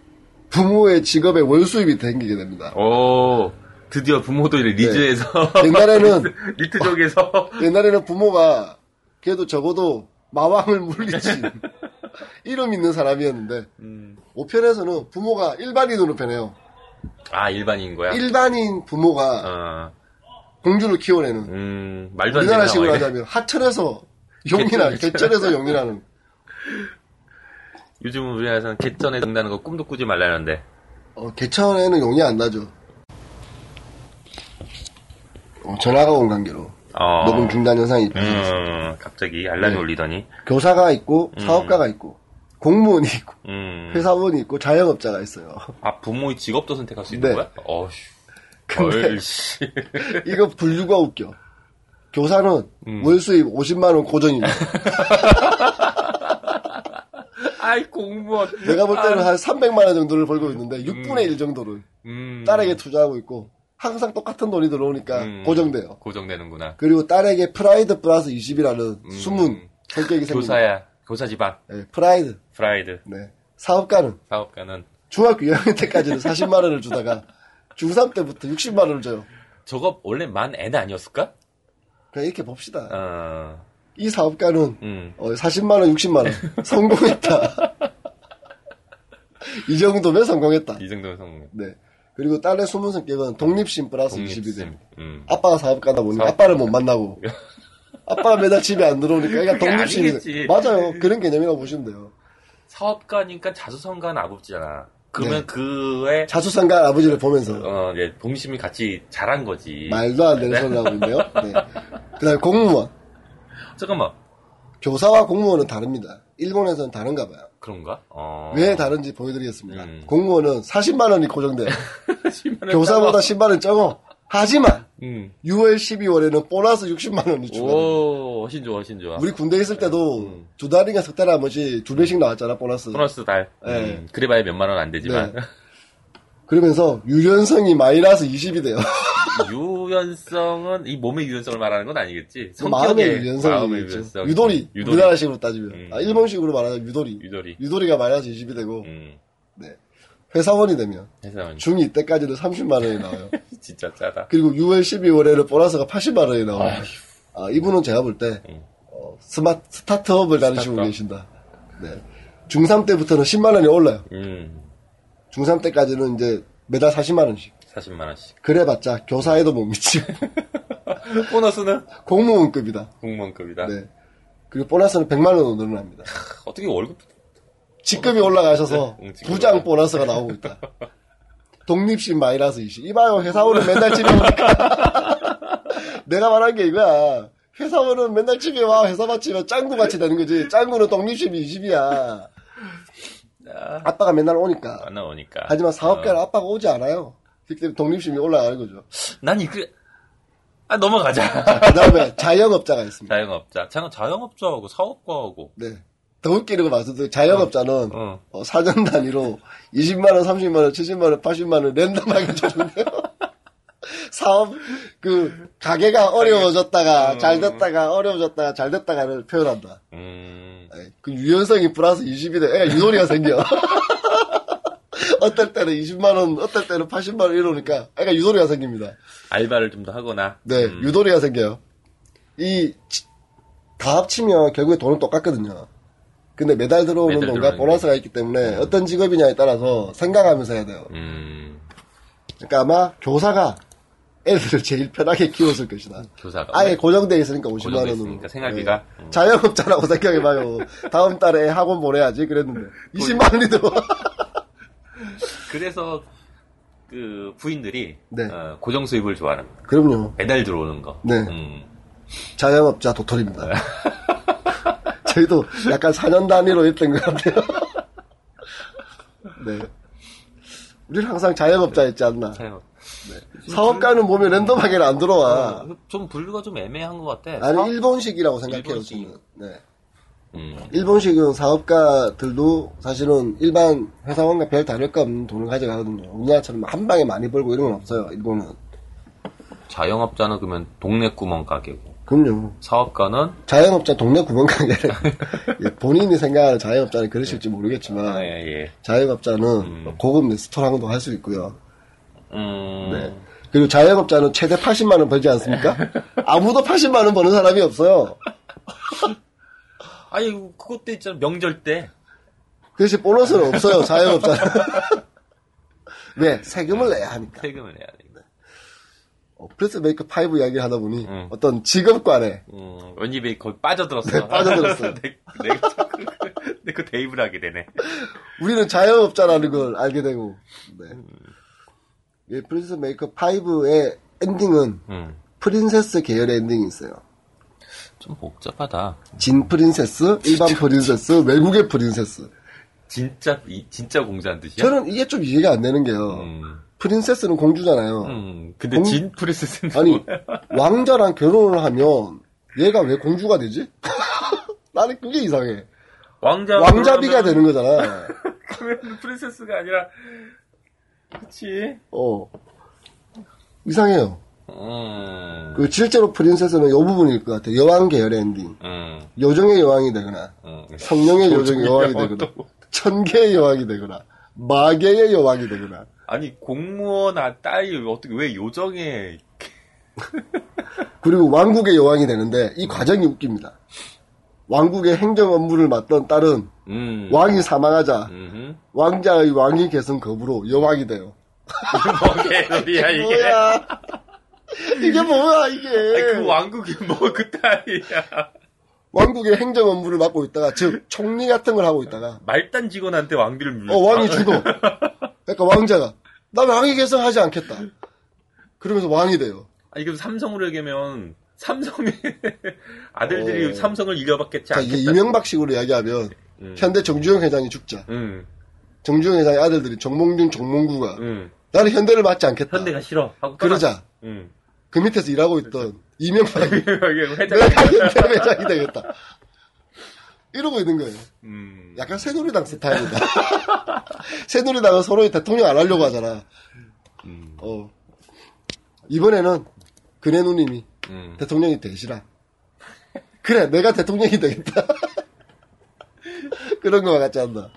[SPEAKER 2] 부모의 직업의 월 수입이 생기게 됩니다.
[SPEAKER 1] 오, 드디어 부모도 이제 (laughs) 리즈에서 (laughs)
[SPEAKER 2] 옛날에는
[SPEAKER 1] 리트족에서
[SPEAKER 2] 옛날에는 부모가 그래도 적어도 마왕을
[SPEAKER 1] (laughs)
[SPEAKER 2] 물리친 이름 있는 사람이었는데
[SPEAKER 1] 음.
[SPEAKER 2] 5편에서는 부모가 일반인으로 변해요.
[SPEAKER 1] 아 일반인 거야.
[SPEAKER 2] 일반인 부모가
[SPEAKER 1] 어,
[SPEAKER 2] 공주를 키워내는
[SPEAKER 1] 음, 말도 안 되는
[SPEAKER 2] 우리나라식으로
[SPEAKER 1] 상황이네.
[SPEAKER 2] 하자면 하천에서 용인한
[SPEAKER 1] 개천.
[SPEAKER 2] 개천에서 용인하는
[SPEAKER 1] 요즘은 우리나라에서는 개천에 등다는 거 꿈도 꾸지 말라는데.
[SPEAKER 2] 어, 개천에는 용이 안 나죠. 어, 전화가 온 관계로
[SPEAKER 1] 어.
[SPEAKER 2] 녹음 중단 현상이 발생했어요.
[SPEAKER 1] 음, 갑자기 알람이
[SPEAKER 2] 네.
[SPEAKER 1] 울리더니.
[SPEAKER 2] 교사가 있고 사업가가 있고 공무원이 있고
[SPEAKER 1] 음.
[SPEAKER 2] 회사원이 있고 자영업자가 있어요. (laughs)
[SPEAKER 1] 아, 부모의 직업도 선택할 수 있는
[SPEAKER 2] 네.
[SPEAKER 1] 거야? 어휴.
[SPEAKER 2] 근데-
[SPEAKER 1] 얼씨.
[SPEAKER 2] (laughs)
[SPEAKER 1] (laughs)
[SPEAKER 2] 이거 분류가 웃겨. 교사는
[SPEAKER 1] 음.
[SPEAKER 2] 월 수입 50만
[SPEAKER 1] (laughs)
[SPEAKER 2] 원 고정입니다.
[SPEAKER 1] 아이, 공무원.
[SPEAKER 2] 내가 볼
[SPEAKER 1] 아.
[SPEAKER 2] 때는 한 300만 원 정도를 벌고 있는데 6분의 1 정도를
[SPEAKER 1] 음.
[SPEAKER 2] 딸에게 투자하고 있고 항상 똑같은 돈이 들어오니까
[SPEAKER 1] 음.
[SPEAKER 2] 고정돼요.
[SPEAKER 1] 고정되는구나.
[SPEAKER 2] 그리고 딸에게 프라이드 플러스 20이라는
[SPEAKER 1] 음.
[SPEAKER 2] 숨은 성격이 생깁니다.
[SPEAKER 1] 교사야. 교사 집안.
[SPEAKER 2] 네, 프라이드.
[SPEAKER 1] 프라이드.
[SPEAKER 2] 네. 사업가는
[SPEAKER 1] 사업가는
[SPEAKER 2] 중학교
[SPEAKER 1] (laughs)
[SPEAKER 2] 2학년 때까지는 40만 원을 주다가 중3 때부터 60만 원을 줘요.
[SPEAKER 1] 저거 원래 만 N 아니었을까?
[SPEAKER 2] 그냥 이렇게 봅시다.
[SPEAKER 1] 어,
[SPEAKER 2] 이 사업가는
[SPEAKER 1] 음.
[SPEAKER 2] 어, 40만 원, 60만
[SPEAKER 1] (laughs)
[SPEAKER 2] 원 성공했다. 이 정도면 성공했다.
[SPEAKER 1] 이 정도면 성공.
[SPEAKER 2] 네. 그리고 딸의 숨은 성격은 독립심 플러스 22대.
[SPEAKER 1] 음.
[SPEAKER 2] 아빠가 사업가다 보니까
[SPEAKER 1] 사업-
[SPEAKER 2] 아빠를
[SPEAKER 1] (laughs)
[SPEAKER 2] 못 만나고 아빠가 매달 집에 안 들어오니까 애가
[SPEAKER 1] 그게
[SPEAKER 2] 독립심이
[SPEAKER 1] 아니겠지.
[SPEAKER 2] 맞아요. 그런 개념이라고 보시면 돼요.
[SPEAKER 1] 사업가니까 자수성가는 아버지잖아.
[SPEAKER 2] 네.
[SPEAKER 1] 그러면 그의
[SPEAKER 2] 자수성가 아버지를 보면서
[SPEAKER 1] 어, 예, 동심이 같이 자란 거지.
[SPEAKER 2] 말도 안 되는 소리를 하고 있네요. 네. 그다음 공무원.
[SPEAKER 1] 잠깐만,
[SPEAKER 2] 교사와 공무원은 다릅니다. 일본에서는 다른가 봐요.
[SPEAKER 1] 그런가? 어. (laughs)
[SPEAKER 2] 왜 다른지 보여드리겠습니다.
[SPEAKER 1] 음.
[SPEAKER 2] 공무원은 40만
[SPEAKER 1] (laughs)
[SPEAKER 2] 원이 고정돼요.
[SPEAKER 1] 10만 원
[SPEAKER 2] 교사보다
[SPEAKER 1] 따와.
[SPEAKER 2] 10만 원 적어. 하지만
[SPEAKER 1] 음.
[SPEAKER 2] 6월 12월에는 보너스 60만 원이 추가.
[SPEAKER 1] 오, 훨씬 좋아, 훨씬 좋아.
[SPEAKER 2] 우리 군대 있을 때도
[SPEAKER 1] 음.
[SPEAKER 2] 두 달인가 석 달에 한 번씩 두 배씩 나왔잖아 보너스.
[SPEAKER 1] 보너스 달.
[SPEAKER 2] 네.
[SPEAKER 1] 음, 그래봐야 몇 만 원 안 되지만. (laughs)
[SPEAKER 2] 네. 그러면서 유연성이 마이너스 20이 돼요.
[SPEAKER 1] 유연성은 이 몸의 유연성을 말하는 건 아니겠지.
[SPEAKER 2] 그 (laughs) 마음의
[SPEAKER 1] 성격의
[SPEAKER 2] 유연성이
[SPEAKER 1] 마음의
[SPEAKER 2] 있죠.
[SPEAKER 1] 유연성.
[SPEAKER 2] 유도리.
[SPEAKER 1] 유도리.
[SPEAKER 2] 우리나라식으로 따지면
[SPEAKER 1] 음.
[SPEAKER 2] 아, 일본식으로 말하면 유도리.
[SPEAKER 1] 유도리.
[SPEAKER 2] 유도리가 마이너스 20이 되고
[SPEAKER 1] 음.
[SPEAKER 2] 네. 회사원이 되면
[SPEAKER 1] 회사원
[SPEAKER 2] 중2 때까지는 30만 원이 나와요.
[SPEAKER 1] 진짜 짜다.
[SPEAKER 2] 그리고 6월 12월에는 보너스가 80만 원이 나와요. 아, 이분은 제가 볼 때 어,
[SPEAKER 1] 음.
[SPEAKER 2] 스마트 스타트업을 다니시고
[SPEAKER 1] 스타트업.
[SPEAKER 2] 계신다. 네. 중3 때부터는 10만 원이 올라요.
[SPEAKER 1] 음.
[SPEAKER 2] 중3 때까지는 이제 매달 40만 원씩.
[SPEAKER 1] 40만 원씩.
[SPEAKER 2] 그래봤자 교사에도 못
[SPEAKER 1] (laughs)
[SPEAKER 2] 미치고
[SPEAKER 1] 보너스는
[SPEAKER 2] 공무원급이다.
[SPEAKER 1] 공무원급이다.
[SPEAKER 2] 네. 그리고 보너스는 100만 원으로 늘어납니다.
[SPEAKER 1] 어떻게 월급
[SPEAKER 2] 직급이 올라가셔서
[SPEAKER 1] 네, 응, 직급이
[SPEAKER 2] 부장
[SPEAKER 1] 올라가.
[SPEAKER 2] 보너스가 나오고
[SPEAKER 1] (laughs)
[SPEAKER 2] 있다. 독립심 마이너스 20. 이봐요, 회사원은 맨날 집에 오니까. (laughs) 내가 말한 게 이거야. 회사원은 맨날 집에 와, 회사 마치면 짱구 같이 되는 거지. 짱구는 독립심이 20이야.
[SPEAKER 1] 아,
[SPEAKER 2] 아빠가 맨날 오니까.
[SPEAKER 1] 안 나오니까.
[SPEAKER 2] 하지만 사업가는
[SPEAKER 1] 어.
[SPEAKER 2] 아빠가 오지 않아요. 그렇기 때문에 독립심이 올라가는 거죠.
[SPEAKER 1] 난 이그 아 넘어가자. (laughs)
[SPEAKER 2] 그 다음에 자영업자가 있습니다.
[SPEAKER 1] 자영업자. 잠깐 자영업자하고 사업가하고.
[SPEAKER 2] 네. 더 웃기는 거 말씀드리면 자영업자는
[SPEAKER 1] 어.
[SPEAKER 2] 어, 사전 단위로 20만원, 30만원, 70만원, 80만원 랜덤하게 주는데요. (laughs) 사업, 그, 가게가 어려워졌다가, 잘 됐다가, 어려워졌다가, 잘 됐다가를 표현한다.
[SPEAKER 1] 음.
[SPEAKER 2] 예, 그 유연성이 플러스 20이래. 애가 유도리가 생겨. (laughs) 어떨 때는 20만원, 어떨 때는 80만원 이러니까 애가 유도리가 생깁니다.
[SPEAKER 1] 알바를 좀 더 하거나.
[SPEAKER 2] 네,
[SPEAKER 1] 음.
[SPEAKER 2] 유도리가 생겨요. 이, 치- 다 합치면 결국에 돈은 똑같거든요. 근데 매달 들어오는
[SPEAKER 1] 매달
[SPEAKER 2] 돈과
[SPEAKER 1] 들어오는
[SPEAKER 2] 보너스가 있기 때문에 어떤 직업이냐에 따라서 생각하면서 해야 돼요.
[SPEAKER 1] 음.
[SPEAKER 2] 그러니까 아마 교사가 애들을 제일 편하게 키웠을 것이다.
[SPEAKER 1] 교사가.
[SPEAKER 2] 아예 고정돼 있으니까 50만
[SPEAKER 1] 어, 네. 고정돼
[SPEAKER 2] 원으로.
[SPEAKER 1] 있으니까 생활비가. 음.
[SPEAKER 2] 네. 자영업자라고 (laughs) 생각해봐요. 다음 달에 학원 보내야지 그랬는데
[SPEAKER 1] (laughs)
[SPEAKER 2] 20만 원이 들어와.
[SPEAKER 1] 그래서 그 부인들이
[SPEAKER 2] 네.
[SPEAKER 1] 어, 고정 수입을 좋아하는
[SPEAKER 2] 그럼요.
[SPEAKER 1] 배달 들어오는 거.
[SPEAKER 2] 네.
[SPEAKER 1] 음. (laughs)
[SPEAKER 2] 자영업자 도토리입니다. 저희도 약간 4년 단위로 했던 것 같아요. 네. 우리는 항상 자영업자 있지 않나.
[SPEAKER 1] 자영업.
[SPEAKER 2] 사업가는 보면 랜덤하게는 안 들어와.
[SPEAKER 1] 음, 좀 분류가 좀 애매한 것 같아.
[SPEAKER 2] 나는 일본식이라고 생각해요,
[SPEAKER 1] 네. 일본식.
[SPEAKER 2] 저는. 네.
[SPEAKER 1] 음.
[SPEAKER 2] 일본식은 사업가들도 사실은 일반 회사원과 별 다를 거 없는 돈을 가져가거든요. 우리나라처럼 한 방에 많이 벌고 이런 건 없어요, 일본은.
[SPEAKER 1] 자영업자는 그러면 동네 구멍 가게고
[SPEAKER 2] 그럼요.
[SPEAKER 1] 사업가는
[SPEAKER 2] 자영업자 동네
[SPEAKER 1] (laughs)
[SPEAKER 2] 구멍가게를 (laughs) 예, 본인이 생각하는 자영업자는 그러실지 모르겠지만
[SPEAKER 1] 아, 예, 예.
[SPEAKER 2] 자영업자는
[SPEAKER 1] 음.
[SPEAKER 2] 고급 레스토랑도 할 수 있고요.
[SPEAKER 1] 음.
[SPEAKER 2] 네. 그리고 자영업자는 최대 80만 원 벌지
[SPEAKER 1] (laughs)
[SPEAKER 2] 않습니까? 아무도 80만 원 버는 사람이 없어요.
[SPEAKER 1] 아니 그것도 있잖아 명절 때
[SPEAKER 2] 그래서 보너스는 없어요. 자영업자는. (laughs) 왜? 세금을 내야 하니까.
[SPEAKER 1] 세금을 내야 돼.
[SPEAKER 2] 어, 프레스 메이크 5 이야기를 하다 보니
[SPEAKER 1] 음.
[SPEAKER 2] 어떤 직업관에
[SPEAKER 1] 음, 왠지 왜 거기 빠져들었어.
[SPEAKER 2] 네, 빠져들었어요.
[SPEAKER 1] (laughs) 내, 내가 자꾸 그- 내, 그 대입을 하게 되네.
[SPEAKER 2] 우리는 자영업자라는 걸 알게 되고 네.
[SPEAKER 1] 음.
[SPEAKER 2] 이 프린스 메이커 5의 엔딩은
[SPEAKER 1] 음,
[SPEAKER 2] 프린세스 계열의 엔딩이 있어요.
[SPEAKER 1] 좀 복잡하다.
[SPEAKER 2] 진 프린세스, 일반 프린세스, 외국의 프린세스.
[SPEAKER 1] 진짜 이- 진짜 공자한 뜻이야?
[SPEAKER 2] 저는 이게 좀 이해가 안 되는 게요.
[SPEAKER 1] 음,
[SPEAKER 2] 프린세스는 공주잖아요.
[SPEAKER 1] 음, 근데
[SPEAKER 2] 공-
[SPEAKER 1] 진 프리스는
[SPEAKER 2] (laughs) 아니 왕자랑 결혼을 하면 얘가 왜 공주가 되지? (laughs) 나는 그게 이상해.
[SPEAKER 1] (laughs) 왕자
[SPEAKER 2] 왕자비가 되는 (laughs) 거잖아.
[SPEAKER 1] 그러면 프린세스가 아니라 그렇지.
[SPEAKER 2] 어 이상해요.
[SPEAKER 1] 음,
[SPEAKER 2] 그 실제로 프린세스는 요 부분일 것 같아. 여왕 계열의 엔딩.
[SPEAKER 1] 음,
[SPEAKER 2] 여정의 여왕이 되거나
[SPEAKER 1] 음.
[SPEAKER 2] 성령의 여정의 여왕이
[SPEAKER 1] 여왕도
[SPEAKER 2] 되거나 천계의 여왕이 되거나 마계의 여왕이 되구나.
[SPEAKER 1] 아니 공무원 아 딸이 어떻게 왜 요정에
[SPEAKER 2] 그리고 왕국의 여왕이 되는데 이 과정이 웃깁니다. 왕국의 행정 업무를 맡던 딸은
[SPEAKER 1] 음.
[SPEAKER 2] 왕이 사망하자
[SPEAKER 1] 음흠.
[SPEAKER 2] 왕자의 왕위 계승 거부로 여왕이 돼요.
[SPEAKER 1] 뭐 개소리야 이게. (laughs)
[SPEAKER 2] 뭐야? 이게 뭐야 이게?
[SPEAKER 1] 아니, 그 왕국이 뭐 그 딸이야.
[SPEAKER 2] 왕국의 행정 업무를 맡고 있다가 즉 총리 같은 걸 하고 있다가
[SPEAKER 1] 말단 직원한테 왕비를 물려.
[SPEAKER 2] 어 왕이 죽어. 그러니까 왕자가 나 왕위 계승하지 않겠다. 그러면서 왕이 돼요.
[SPEAKER 1] 아니 그럼 삼성으로 얘기하면 (laughs) 삼성의 아들들이
[SPEAKER 2] 어.
[SPEAKER 1] 삼성을 이겨받겠지
[SPEAKER 2] 그러니까
[SPEAKER 1] 않겠다.
[SPEAKER 2] 이게 이명박식으로 이야기하면
[SPEAKER 1] 음.
[SPEAKER 2] 현대 정주영 회장이 죽자.
[SPEAKER 1] 음,
[SPEAKER 2] 정주영 회장의 아들들이 정몽준, 정몽구가
[SPEAKER 1] 음.
[SPEAKER 2] 나는 현대를 맞지 않겠다.
[SPEAKER 1] 현대가 싫어. 하고
[SPEAKER 2] 그러자
[SPEAKER 1] 떠나. 음. 네.
[SPEAKER 2] 그 밑에서 일하고 있던 이명박이
[SPEAKER 1] 이게 회장.
[SPEAKER 2] 내가 현대 회장이 네, 되겠다. 이러고 있는 거예요.
[SPEAKER 1] 음.
[SPEAKER 2] 약간 새누리당 스타일이다. (laughs) 새누리당은 서로 대통령 안 하려고 하잖아.
[SPEAKER 1] 음.
[SPEAKER 2] 어. 이번에는 그네 누님이
[SPEAKER 1] 음.
[SPEAKER 2] 대통령이 되시라. 그래, 내가 대통령이 되겠다. (laughs) 그런 거와 같지 않나.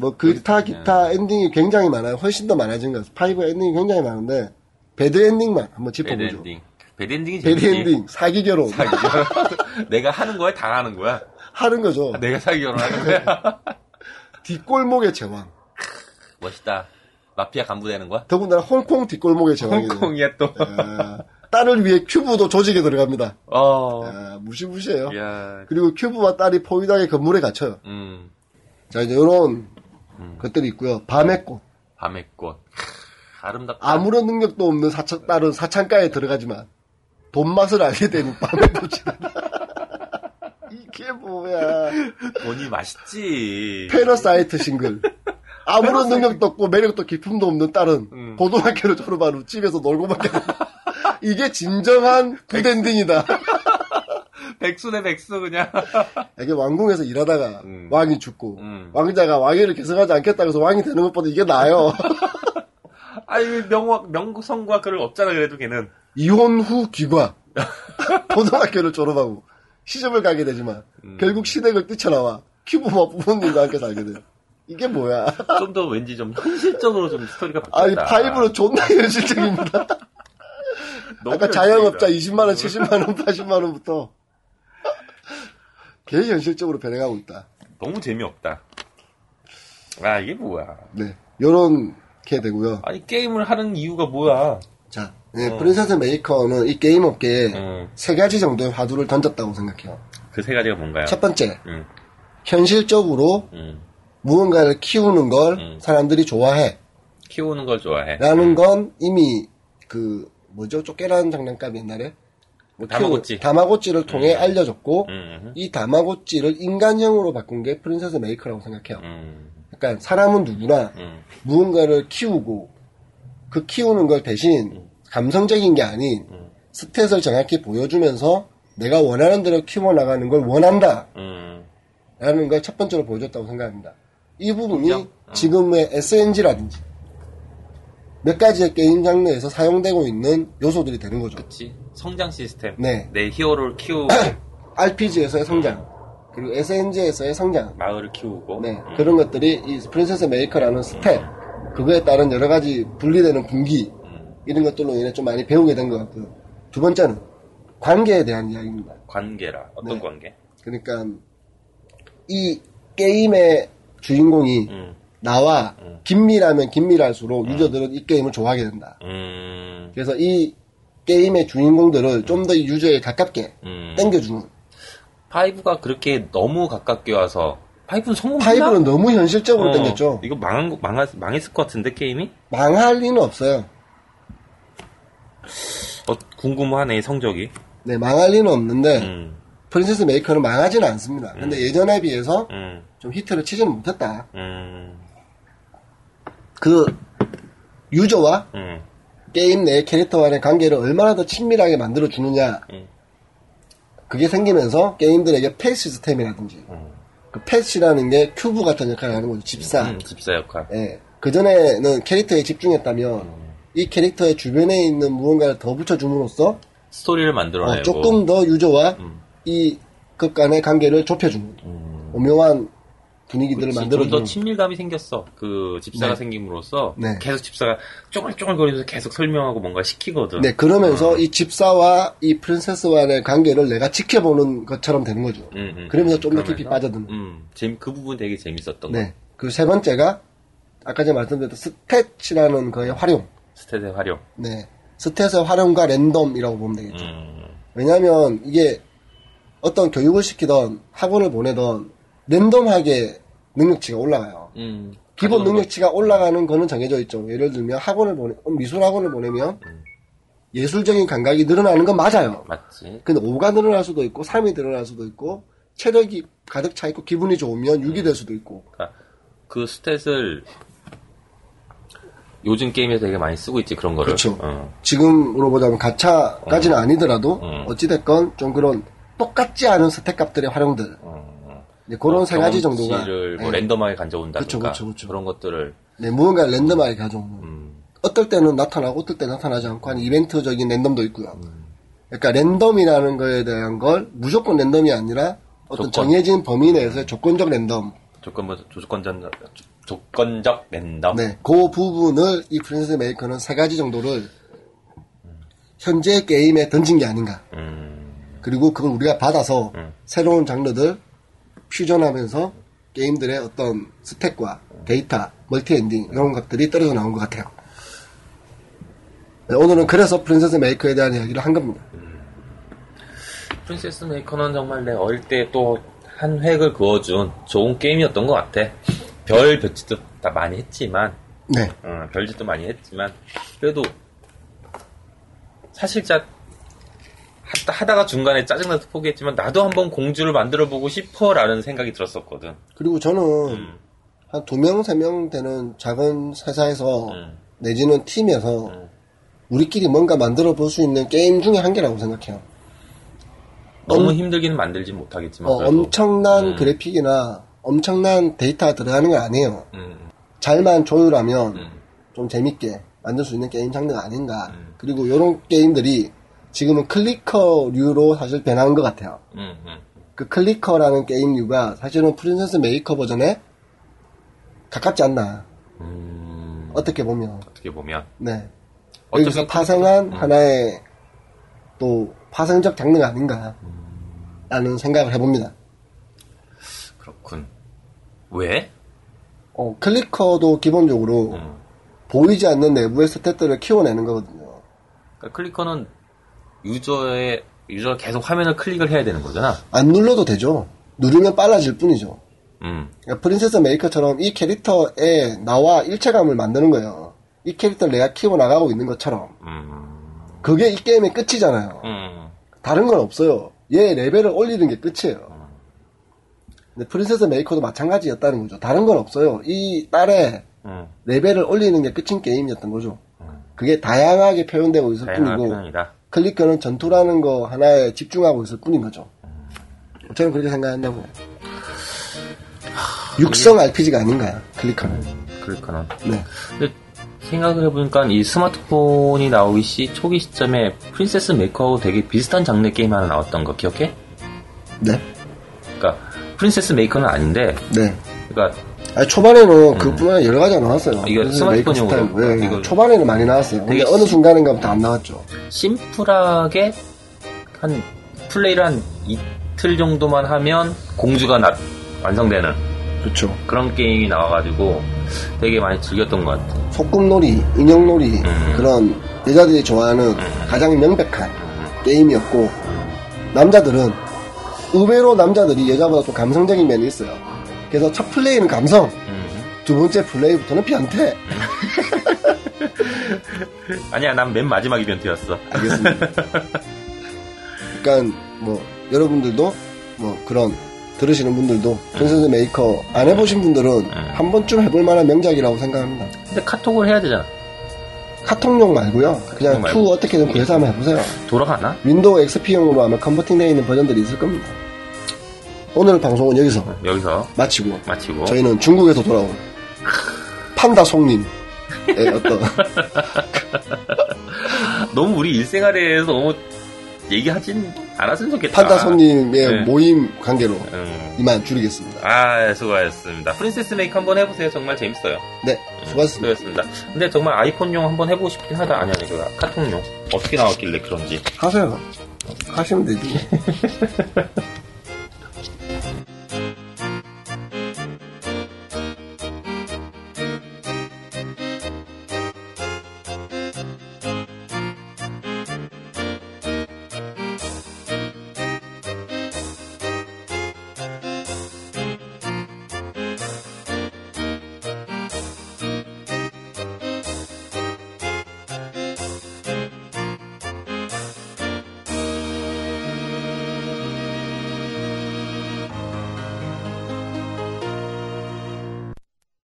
[SPEAKER 2] 뭐, 그타 기타 엔딩이 굉장히 많아요. 훨씬 더 많아진 것. 파이브 엔딩이 굉장히 많은데, 배드 엔딩만 한번
[SPEAKER 1] 배드
[SPEAKER 2] 짚어보죠.
[SPEAKER 1] 엔딩. 배드 엔딩이
[SPEAKER 2] 배드
[SPEAKER 1] 재밌지.
[SPEAKER 2] 엔딩, 사기 결혼.
[SPEAKER 1] 사기결혼. (laughs) 내가 하는 거야? 당하는 거야?
[SPEAKER 2] 하는 거죠.
[SPEAKER 1] 아, 내가 사기결혼 하는 거야?
[SPEAKER 2] 뒷골목의 제왕.
[SPEAKER 1] (laughs) 멋있다. 마피아 간부 되는 거야?
[SPEAKER 2] 더군다나 홍콩 뒷골목의 제왕이에요.
[SPEAKER 1] 홍콩이야 또.
[SPEAKER 2] 예, 딸을 위해 큐브도 조직에 들어갑니다.
[SPEAKER 1] 어.
[SPEAKER 2] 예, 무시무시해요.
[SPEAKER 1] 야.
[SPEAKER 2] 그리고 큐브와 딸이 포위당의 건물에 갇혀요.
[SPEAKER 1] 음.
[SPEAKER 2] 자, 이제 요런 것들이 있고요. 밤의 꽃.
[SPEAKER 1] 밤의 꽃. 크, 아름답다.
[SPEAKER 2] 아무런 능력도 없는 사창, 딸은 사창가에 들어가지만 돈 맛을 알게 되는 밤의 꽃이다. (laughs) 이게 뭐야.
[SPEAKER 1] 돈이 맛있지. (laughs)
[SPEAKER 2] 페러사이트 싱글. 아무런 능력도 없고 매력도 기품도 없는 딸은
[SPEAKER 1] 음.
[SPEAKER 2] 고등학교를 졸업한 후 집에서 놀고밖에 안
[SPEAKER 1] (laughs)
[SPEAKER 2] 해. 이게 진정한 굿엔딩이다.
[SPEAKER 1] 백수네 백수 그냥.
[SPEAKER 2] 이게 왕궁에서 일하다가
[SPEAKER 1] 음.
[SPEAKER 2] 왕이 죽고
[SPEAKER 1] 음.
[SPEAKER 2] 왕자가 왕위를 계승하지 않겠다 그래서 왕이 되는 것보다
[SPEAKER 1] (laughs)
[SPEAKER 2] 이게 나아요.
[SPEAKER 1] (laughs) 아니 명화 명성과 그를 없잖아 그래도 걔는.
[SPEAKER 2] 이혼 후
[SPEAKER 1] (laughs)
[SPEAKER 2] 귀과 고등학교를 졸업하고 시집을 가게 되지만
[SPEAKER 1] 음.
[SPEAKER 2] 결국 시댁을 뛰쳐나와 큐브와 부모님과 함께 살게 돼요. 이게 뭐야?
[SPEAKER 1] 좀 더 왠지 좀 현실적으로 좀 스토리가
[SPEAKER 2] 아니
[SPEAKER 1] 바뀌었다.
[SPEAKER 2] 파이브로 존나 현실적입니다.
[SPEAKER 1] 너무
[SPEAKER 2] 아까 자영업자
[SPEAKER 1] 현실적이다.
[SPEAKER 2] 20만 원, 70만 원, 80만 원부터 (laughs) 개 현실적으로 변해가고 있다.
[SPEAKER 1] 너무 재미없다. 아 이게 뭐야?
[SPEAKER 2] 네, 요런 게 되고요.
[SPEAKER 1] 아니 게임을 하는 이유가 뭐야?
[SPEAKER 2] 자, 네,
[SPEAKER 1] 어.
[SPEAKER 2] 프린세스 메이커는 이 게임 업계에
[SPEAKER 1] 음.
[SPEAKER 2] 세 가지 정도의 화두를 던졌다고 생각해요.
[SPEAKER 1] 그 세 가지가 뭔가요?
[SPEAKER 2] 첫 번째,
[SPEAKER 1] 음,
[SPEAKER 2] 현실적으로
[SPEAKER 1] 음.
[SPEAKER 2] 무언가를 키우는 걸
[SPEAKER 1] 음.
[SPEAKER 2] 사람들이 좋아해.
[SPEAKER 1] 키우는 걸 좋아해.
[SPEAKER 2] 라는 건 이미 그, 뭐죠? 쪼깨라는 장난감 옛날에? 뭐
[SPEAKER 1] 다마고찌.
[SPEAKER 2] 키우- 다마고찌를 통해 알려줬고,
[SPEAKER 1] 음,
[SPEAKER 2] 이 다마고찌를 인간형으로 바꾼 게 프린세스 메이커라고 생각해요.
[SPEAKER 1] 음,
[SPEAKER 2] 약간 사람은 누구나
[SPEAKER 1] 음,
[SPEAKER 2] 무언가를 키우고 그 키우는 걸
[SPEAKER 1] 음.
[SPEAKER 2] 대신 감성적인 게 아닌 스탯을 정확히 보여주면서 내가 원하는 대로 키워나가는 걸 원한다
[SPEAKER 1] 음.
[SPEAKER 2] 라는 걸 첫 번째로 보여줬다고 생각합니다. 이 부분이
[SPEAKER 1] 인정? 어.
[SPEAKER 2] 지금의 SNG라든지 몇 가지의 게임 장르에서 사용되고 있는 요소들이 되는 거죠. (clears throat)
[SPEAKER 1] 그치. 성장 시스템.
[SPEAKER 2] 네.
[SPEAKER 1] 내 히어로를
[SPEAKER 2] (clears throat)
[SPEAKER 1] 키우고,
[SPEAKER 2] RPG에서의 성장, 그리고 SNG에서의 성장,
[SPEAKER 1] 마을을 키우고.
[SPEAKER 2] 네,
[SPEAKER 1] 음.
[SPEAKER 2] 그런 것들이 이 프린세스 메이커라는 스텝, 그거에 따른 여러 가지 분리되는 분기,
[SPEAKER 1] 음.
[SPEAKER 2] 이런 것들로 인해 좀 많이 배우게 된 것 같고요. 두 번째는 관계에 대한 이야기입니다.
[SPEAKER 1] 관계라.
[SPEAKER 2] 네.
[SPEAKER 1] 어떤 관계?
[SPEAKER 2] 그러니까 이 게임의 주인공이
[SPEAKER 1] 음.
[SPEAKER 2] 나와 긴밀하면 긴밀할수록 유저들은 이 게임을 좋아하게 된다.
[SPEAKER 1] 음.
[SPEAKER 2] 그래서 이 게임의 주인공들을 좀 더 유저에 가깝게
[SPEAKER 1] 음.
[SPEAKER 2] 땡겨주는.
[SPEAKER 1] 파이브가 그렇게 너무 가깝게 와서 파이브는 성공했나?
[SPEAKER 2] 파이브는 너무 현실적으로
[SPEAKER 1] 어,
[SPEAKER 2] 땡겼죠.
[SPEAKER 1] 이거 망한 거 망하, 망했을 것 같은데 게임이?
[SPEAKER 2] 망할 리는 없어요.
[SPEAKER 1] 어, 궁금하네 성적이.
[SPEAKER 2] 네, 망할 리는 없는데
[SPEAKER 1] 음.
[SPEAKER 2] 프린세스 메이커는 망하지는 않습니다. 근데 예전에 비해서
[SPEAKER 1] 음.
[SPEAKER 2] 좀 히트를 치지는 못했다.
[SPEAKER 1] 음.
[SPEAKER 2] 그 유저와
[SPEAKER 1] 음.
[SPEAKER 2] 게임 내 캐릭터 간의 관계를 얼마나 더 친밀하게 만들어 주느냐
[SPEAKER 1] 음.
[SPEAKER 2] 그게 생기면서 게임들에게 펫 시스템이라든지 그 펫이라는 게 큐브 같은 역할을 하는 거죠 집사
[SPEAKER 1] 음, 집사 역할.
[SPEAKER 2] 예. 그전에는 캐릭터에 집중했다면
[SPEAKER 1] 음.
[SPEAKER 2] 이 캐릭터의 주변에 있는 무언가를 더 붙여줌으로써
[SPEAKER 1] 스토리를
[SPEAKER 2] 어,
[SPEAKER 1] 만들어내고.
[SPEAKER 2] 조금 더 유저와
[SPEAKER 1] 음.
[SPEAKER 2] 이 극 간의 관계를 좁혀주는
[SPEAKER 1] 음.
[SPEAKER 2] 오묘한 분위기들을 만들어
[SPEAKER 1] 좀 더
[SPEAKER 2] 주는
[SPEAKER 1] 친밀감이 생겼어. 그 집사가
[SPEAKER 2] 네.
[SPEAKER 1] 생김으로써
[SPEAKER 2] 네.
[SPEAKER 1] 계속 집사가 쪼글쪼글거리면서 계속 설명하고 뭔가 시키거든.
[SPEAKER 2] 네,
[SPEAKER 1] 아.
[SPEAKER 2] 그러면서 이 집사와 이 프린세스와의 관계를 내가 지켜보는 것처럼 되는 거죠.
[SPEAKER 1] 음, 음,
[SPEAKER 2] 그러면서
[SPEAKER 1] 음,
[SPEAKER 2] 좀 더 깊이
[SPEAKER 1] 그러면서,
[SPEAKER 2] 빠져드는.
[SPEAKER 1] 음, 재미 그 부분 되게 재밌었던 거.
[SPEAKER 2] 네. 그리고 세 번째가 아까 전에 말씀드렸던 스탯이라는 거의 활용.
[SPEAKER 1] 스탯의 활용.
[SPEAKER 2] 네. 스탯의 활용과 랜덤이라고 보면 되겠죠.
[SPEAKER 1] 음,
[SPEAKER 2] 왜냐하면 이게 어떤 교육을 시키던 학원을 보내던 랜덤하게 능력치가 올라가요.
[SPEAKER 1] 음.
[SPEAKER 2] 기본
[SPEAKER 1] 가져오는
[SPEAKER 2] 능력치가 올라가는 거는 정해져 있죠. 예를 들면 학원을 보내 어, 미술 학원을 보내면
[SPEAKER 1] 음.
[SPEAKER 2] 예술적인 감각이 늘어나는 건 맞아요.
[SPEAKER 1] 거 맞지.
[SPEAKER 2] 근데 5가 늘어날 수도 있고 3이 늘어날 수도 있고 체력이 가득 차 있고 기분이 좋으면 6이 될 수도 있고
[SPEAKER 1] 그러니까 그 스탯을 요즘 게임에서 되게 많이 쓰고 있지 그런 거를.
[SPEAKER 2] 그쵸.
[SPEAKER 1] 어.
[SPEAKER 2] 지금으로 보자면 가차까지는 아니더라도
[SPEAKER 1] 음.
[SPEAKER 2] 어찌됐건 좀 그런 똑같지 않은 스택 값들의 활용들
[SPEAKER 1] 어.
[SPEAKER 2] 이제 그런 세 가지 정도가
[SPEAKER 1] 경험치를 뭐
[SPEAKER 2] 네. 그렇죠.
[SPEAKER 1] 랜덤하게 가져온다든가
[SPEAKER 2] 그쵸, 그쵸, 그쵸.
[SPEAKER 1] 런 것들을
[SPEAKER 2] 네, 무언가 랜덤하게 가져오는
[SPEAKER 1] 음,
[SPEAKER 2] 어떨 때는 나타나고 어떨 때 나타나지 않고 한 이벤트적인 랜덤도 있고요. 그러니까 랜덤이라는 거에 대한 걸 무조건 랜덤이 아니라 어떤
[SPEAKER 1] 조건. 음.
[SPEAKER 2] 정해진 범위 내에서의 조건적 랜덤.
[SPEAKER 1] 조건부 조건적 조건적 랜덤.
[SPEAKER 2] 네, 그 부분을 이 프린스 메이커는 세 가지 정도를 현재 게임에 던진 게 아닌가.
[SPEAKER 1] 음,
[SPEAKER 2] 그리고 그걸 우리가 받아서
[SPEAKER 1] 음.
[SPEAKER 2] 새로운 장르들 퓨전하면서 게임들의 어떤 스택과 데이터, 멀티엔딩 이런 것들이 떨어져 나온 것 같아요. 네, 오늘은 그래서 프린세스 메이커에 대한 이야기를 한 겁니다.
[SPEAKER 1] 프린세스 메이커는 정말 내 어릴 때 또 한 획을 그어준 좋은 게임이었던 것 같아. 별 별짓도 다 많이 했지만,
[SPEAKER 2] 네,
[SPEAKER 1] 어, 별짓도 많이 했지만, 그래도 사실 자 하- 하다가 중간에 짜증나서 포기했지만 나도 한번 공주를 만들어 보고 싶어라는 생각이 들었었거든.
[SPEAKER 2] 그리고 저는
[SPEAKER 1] 음.
[SPEAKER 2] 한 두 명, 세 명 되는 작은 회사에서
[SPEAKER 1] 음.
[SPEAKER 2] 내지는 팀에서
[SPEAKER 1] 음.
[SPEAKER 2] 우리끼리 뭔가 만들어 볼 수 있는 게임 중에 한 개라고 생각해요.
[SPEAKER 1] 너무
[SPEAKER 2] 엄-
[SPEAKER 1] 힘들기는 만들지 못하겠지만
[SPEAKER 2] 어,
[SPEAKER 1] 그래도.
[SPEAKER 2] 엄청난
[SPEAKER 1] 음.
[SPEAKER 2] 그래픽이나 엄청난 데이터가 들어가는 건 아니에요.
[SPEAKER 1] 음,
[SPEAKER 2] 잘만 조율하면
[SPEAKER 1] 음,
[SPEAKER 2] 좀 재밌게 만들 수 있는 게임 장르가 아닌가.
[SPEAKER 1] 음.
[SPEAKER 2] 그리고 이런 게임들이 지금은 클리커류로 사실 변한 것 같아요.
[SPEAKER 1] 음, 음.
[SPEAKER 2] 그 클리커라는 게임류가 사실은 프린세스 메이커 버전에 가깝지 않나.
[SPEAKER 1] 음,
[SPEAKER 2] 어떻게 보면.
[SPEAKER 1] 어떻게 보면
[SPEAKER 2] 네.
[SPEAKER 1] 어쨌든
[SPEAKER 2] 여기서
[SPEAKER 1] 음.
[SPEAKER 2] 파생한 하나의 또 파생적 장르가 아닌가. 라는 생각을 해봅니다.
[SPEAKER 1] 그렇군. 왜?
[SPEAKER 2] 어, 클리커도 기본적으로
[SPEAKER 1] 음.
[SPEAKER 2] 보이지 않는 내부의 스탯들을 키워내는 거거든요.
[SPEAKER 1] 그러니까 클리커는 유저의 유저가 계속 화면을 클릭을 해야 되는 거잖아.
[SPEAKER 2] 안 눌러도 되죠. 누르면 빨라질 뿐이죠.
[SPEAKER 1] 음,
[SPEAKER 2] 그러니까 프린세스 메이커처럼 이 캐릭터에 나와 일체감을 만드는 거예요. 이 캐릭터를 내가 키워나가고 있는 것처럼.
[SPEAKER 1] 음,
[SPEAKER 2] 그게 이 게임의 끝이잖아요.
[SPEAKER 1] 음.
[SPEAKER 2] 다른 건 없어요. 얘 레벨을 올리는 게 끝이에요. 근데 프린세스 메이커도 마찬가지였다는 거죠. 다른 건 없어요. 이 딸의
[SPEAKER 1] 음.
[SPEAKER 2] 레벨을 올리는 게 끝인 게임이었던 거죠. 그게 다양하게 표현되고 있을
[SPEAKER 1] 다양한
[SPEAKER 2] 뿐이고
[SPEAKER 1] 편이다.
[SPEAKER 2] 클리커는 전투라는 거 하나에 집중하고 있을 뿐인 거죠. 저는 그렇게 생각한다고요. 육성 RPG가 아닌가요? 클리커는.
[SPEAKER 1] 클리커는.
[SPEAKER 2] 네.
[SPEAKER 1] 근데 생각을 해보니까 이 스마트폰이 나오기 시 초기 시점에 프린세스 메이커하고 되게 비슷한 장르의 게임 하나 나왔던 거 기억해?
[SPEAKER 2] 네.
[SPEAKER 1] 그러니까 프린세스 메이커는 아닌데,
[SPEAKER 2] 네.
[SPEAKER 1] 그러니까
[SPEAKER 2] 아니, 초반에는 그뿐만 아니라 여러 가지가 나왔어요.
[SPEAKER 1] 네. 이거
[SPEAKER 2] 그래서
[SPEAKER 1] 스마트폰용으로.
[SPEAKER 2] 메이커 스타일. 예, 예.
[SPEAKER 1] 이거-
[SPEAKER 2] 초반에는 많이 나왔어요. 근데
[SPEAKER 1] 되게
[SPEAKER 2] 어느
[SPEAKER 1] 시-
[SPEAKER 2] 순간인가부터 안 나왔죠.
[SPEAKER 1] 심플하게 한 플레이를 한 이틀 정도만 하면 공주가 나, 완성되는
[SPEAKER 2] 그렇죠.
[SPEAKER 1] 그런 게임이 나와가지고 되게 많이 즐겼던 것 같아.
[SPEAKER 2] 소꿉놀이, 인형놀이
[SPEAKER 1] 음.
[SPEAKER 2] 그런 여자들이 좋아하는 가장 명백한 음. 게임이었고 남자들은 의외로 남자들이 여자보다 좀 감성적인 면이 있어요. 그래서 첫 플레이는 감성,
[SPEAKER 1] 음.
[SPEAKER 2] 두 번째 플레이부터는 변태.
[SPEAKER 1] 아니야, 난 맨 마지막 이벤트였어.
[SPEAKER 2] (laughs) 알겠습니다. 그러니까 뭐 여러분들도 뭐 그런 들으시는 분들도 전세대 메이커 안 해보신 분들은 한 번쯤 해볼 만한 명작이라고 생각합니다.
[SPEAKER 1] 근데 카톡을 해야 되잖아.
[SPEAKER 2] 카톡용 말고요. 그냥
[SPEAKER 1] 말고.
[SPEAKER 2] 투 어떻게든 구해서 한번 해보세요.
[SPEAKER 1] 돌아가나?
[SPEAKER 2] 윈도우 XP용으로 아마 컨버팅되어 있는 버전들이 있을 겁니다. 오늘 방송은 여기서
[SPEAKER 1] 여기서
[SPEAKER 2] 마치고
[SPEAKER 1] 마치고.
[SPEAKER 2] 저희는 중국에서 돌아온 판다 송님의 어떤
[SPEAKER 1] 아, 너무 우리 일생활에 대해서 너무 얘기하진 알았으면 좋겠다.
[SPEAKER 2] 판다 손님의
[SPEAKER 1] 네.
[SPEAKER 2] 모임 관계로
[SPEAKER 1] 음.
[SPEAKER 2] 이만 줄이겠습니다.
[SPEAKER 1] 아, 수고하셨습니다. 프린세스 메이크 한번 해보세요. 정말 재밌어요.
[SPEAKER 2] 네, 수고하셨습니다.
[SPEAKER 1] 수고하셨습니다. 근데 정말 아이폰용 한번 해보고 싶긴 하다. 아니, 아니, 그 카톡용. 어떻게 나왔길래 그런지.
[SPEAKER 2] 하세요. 하시면 되지.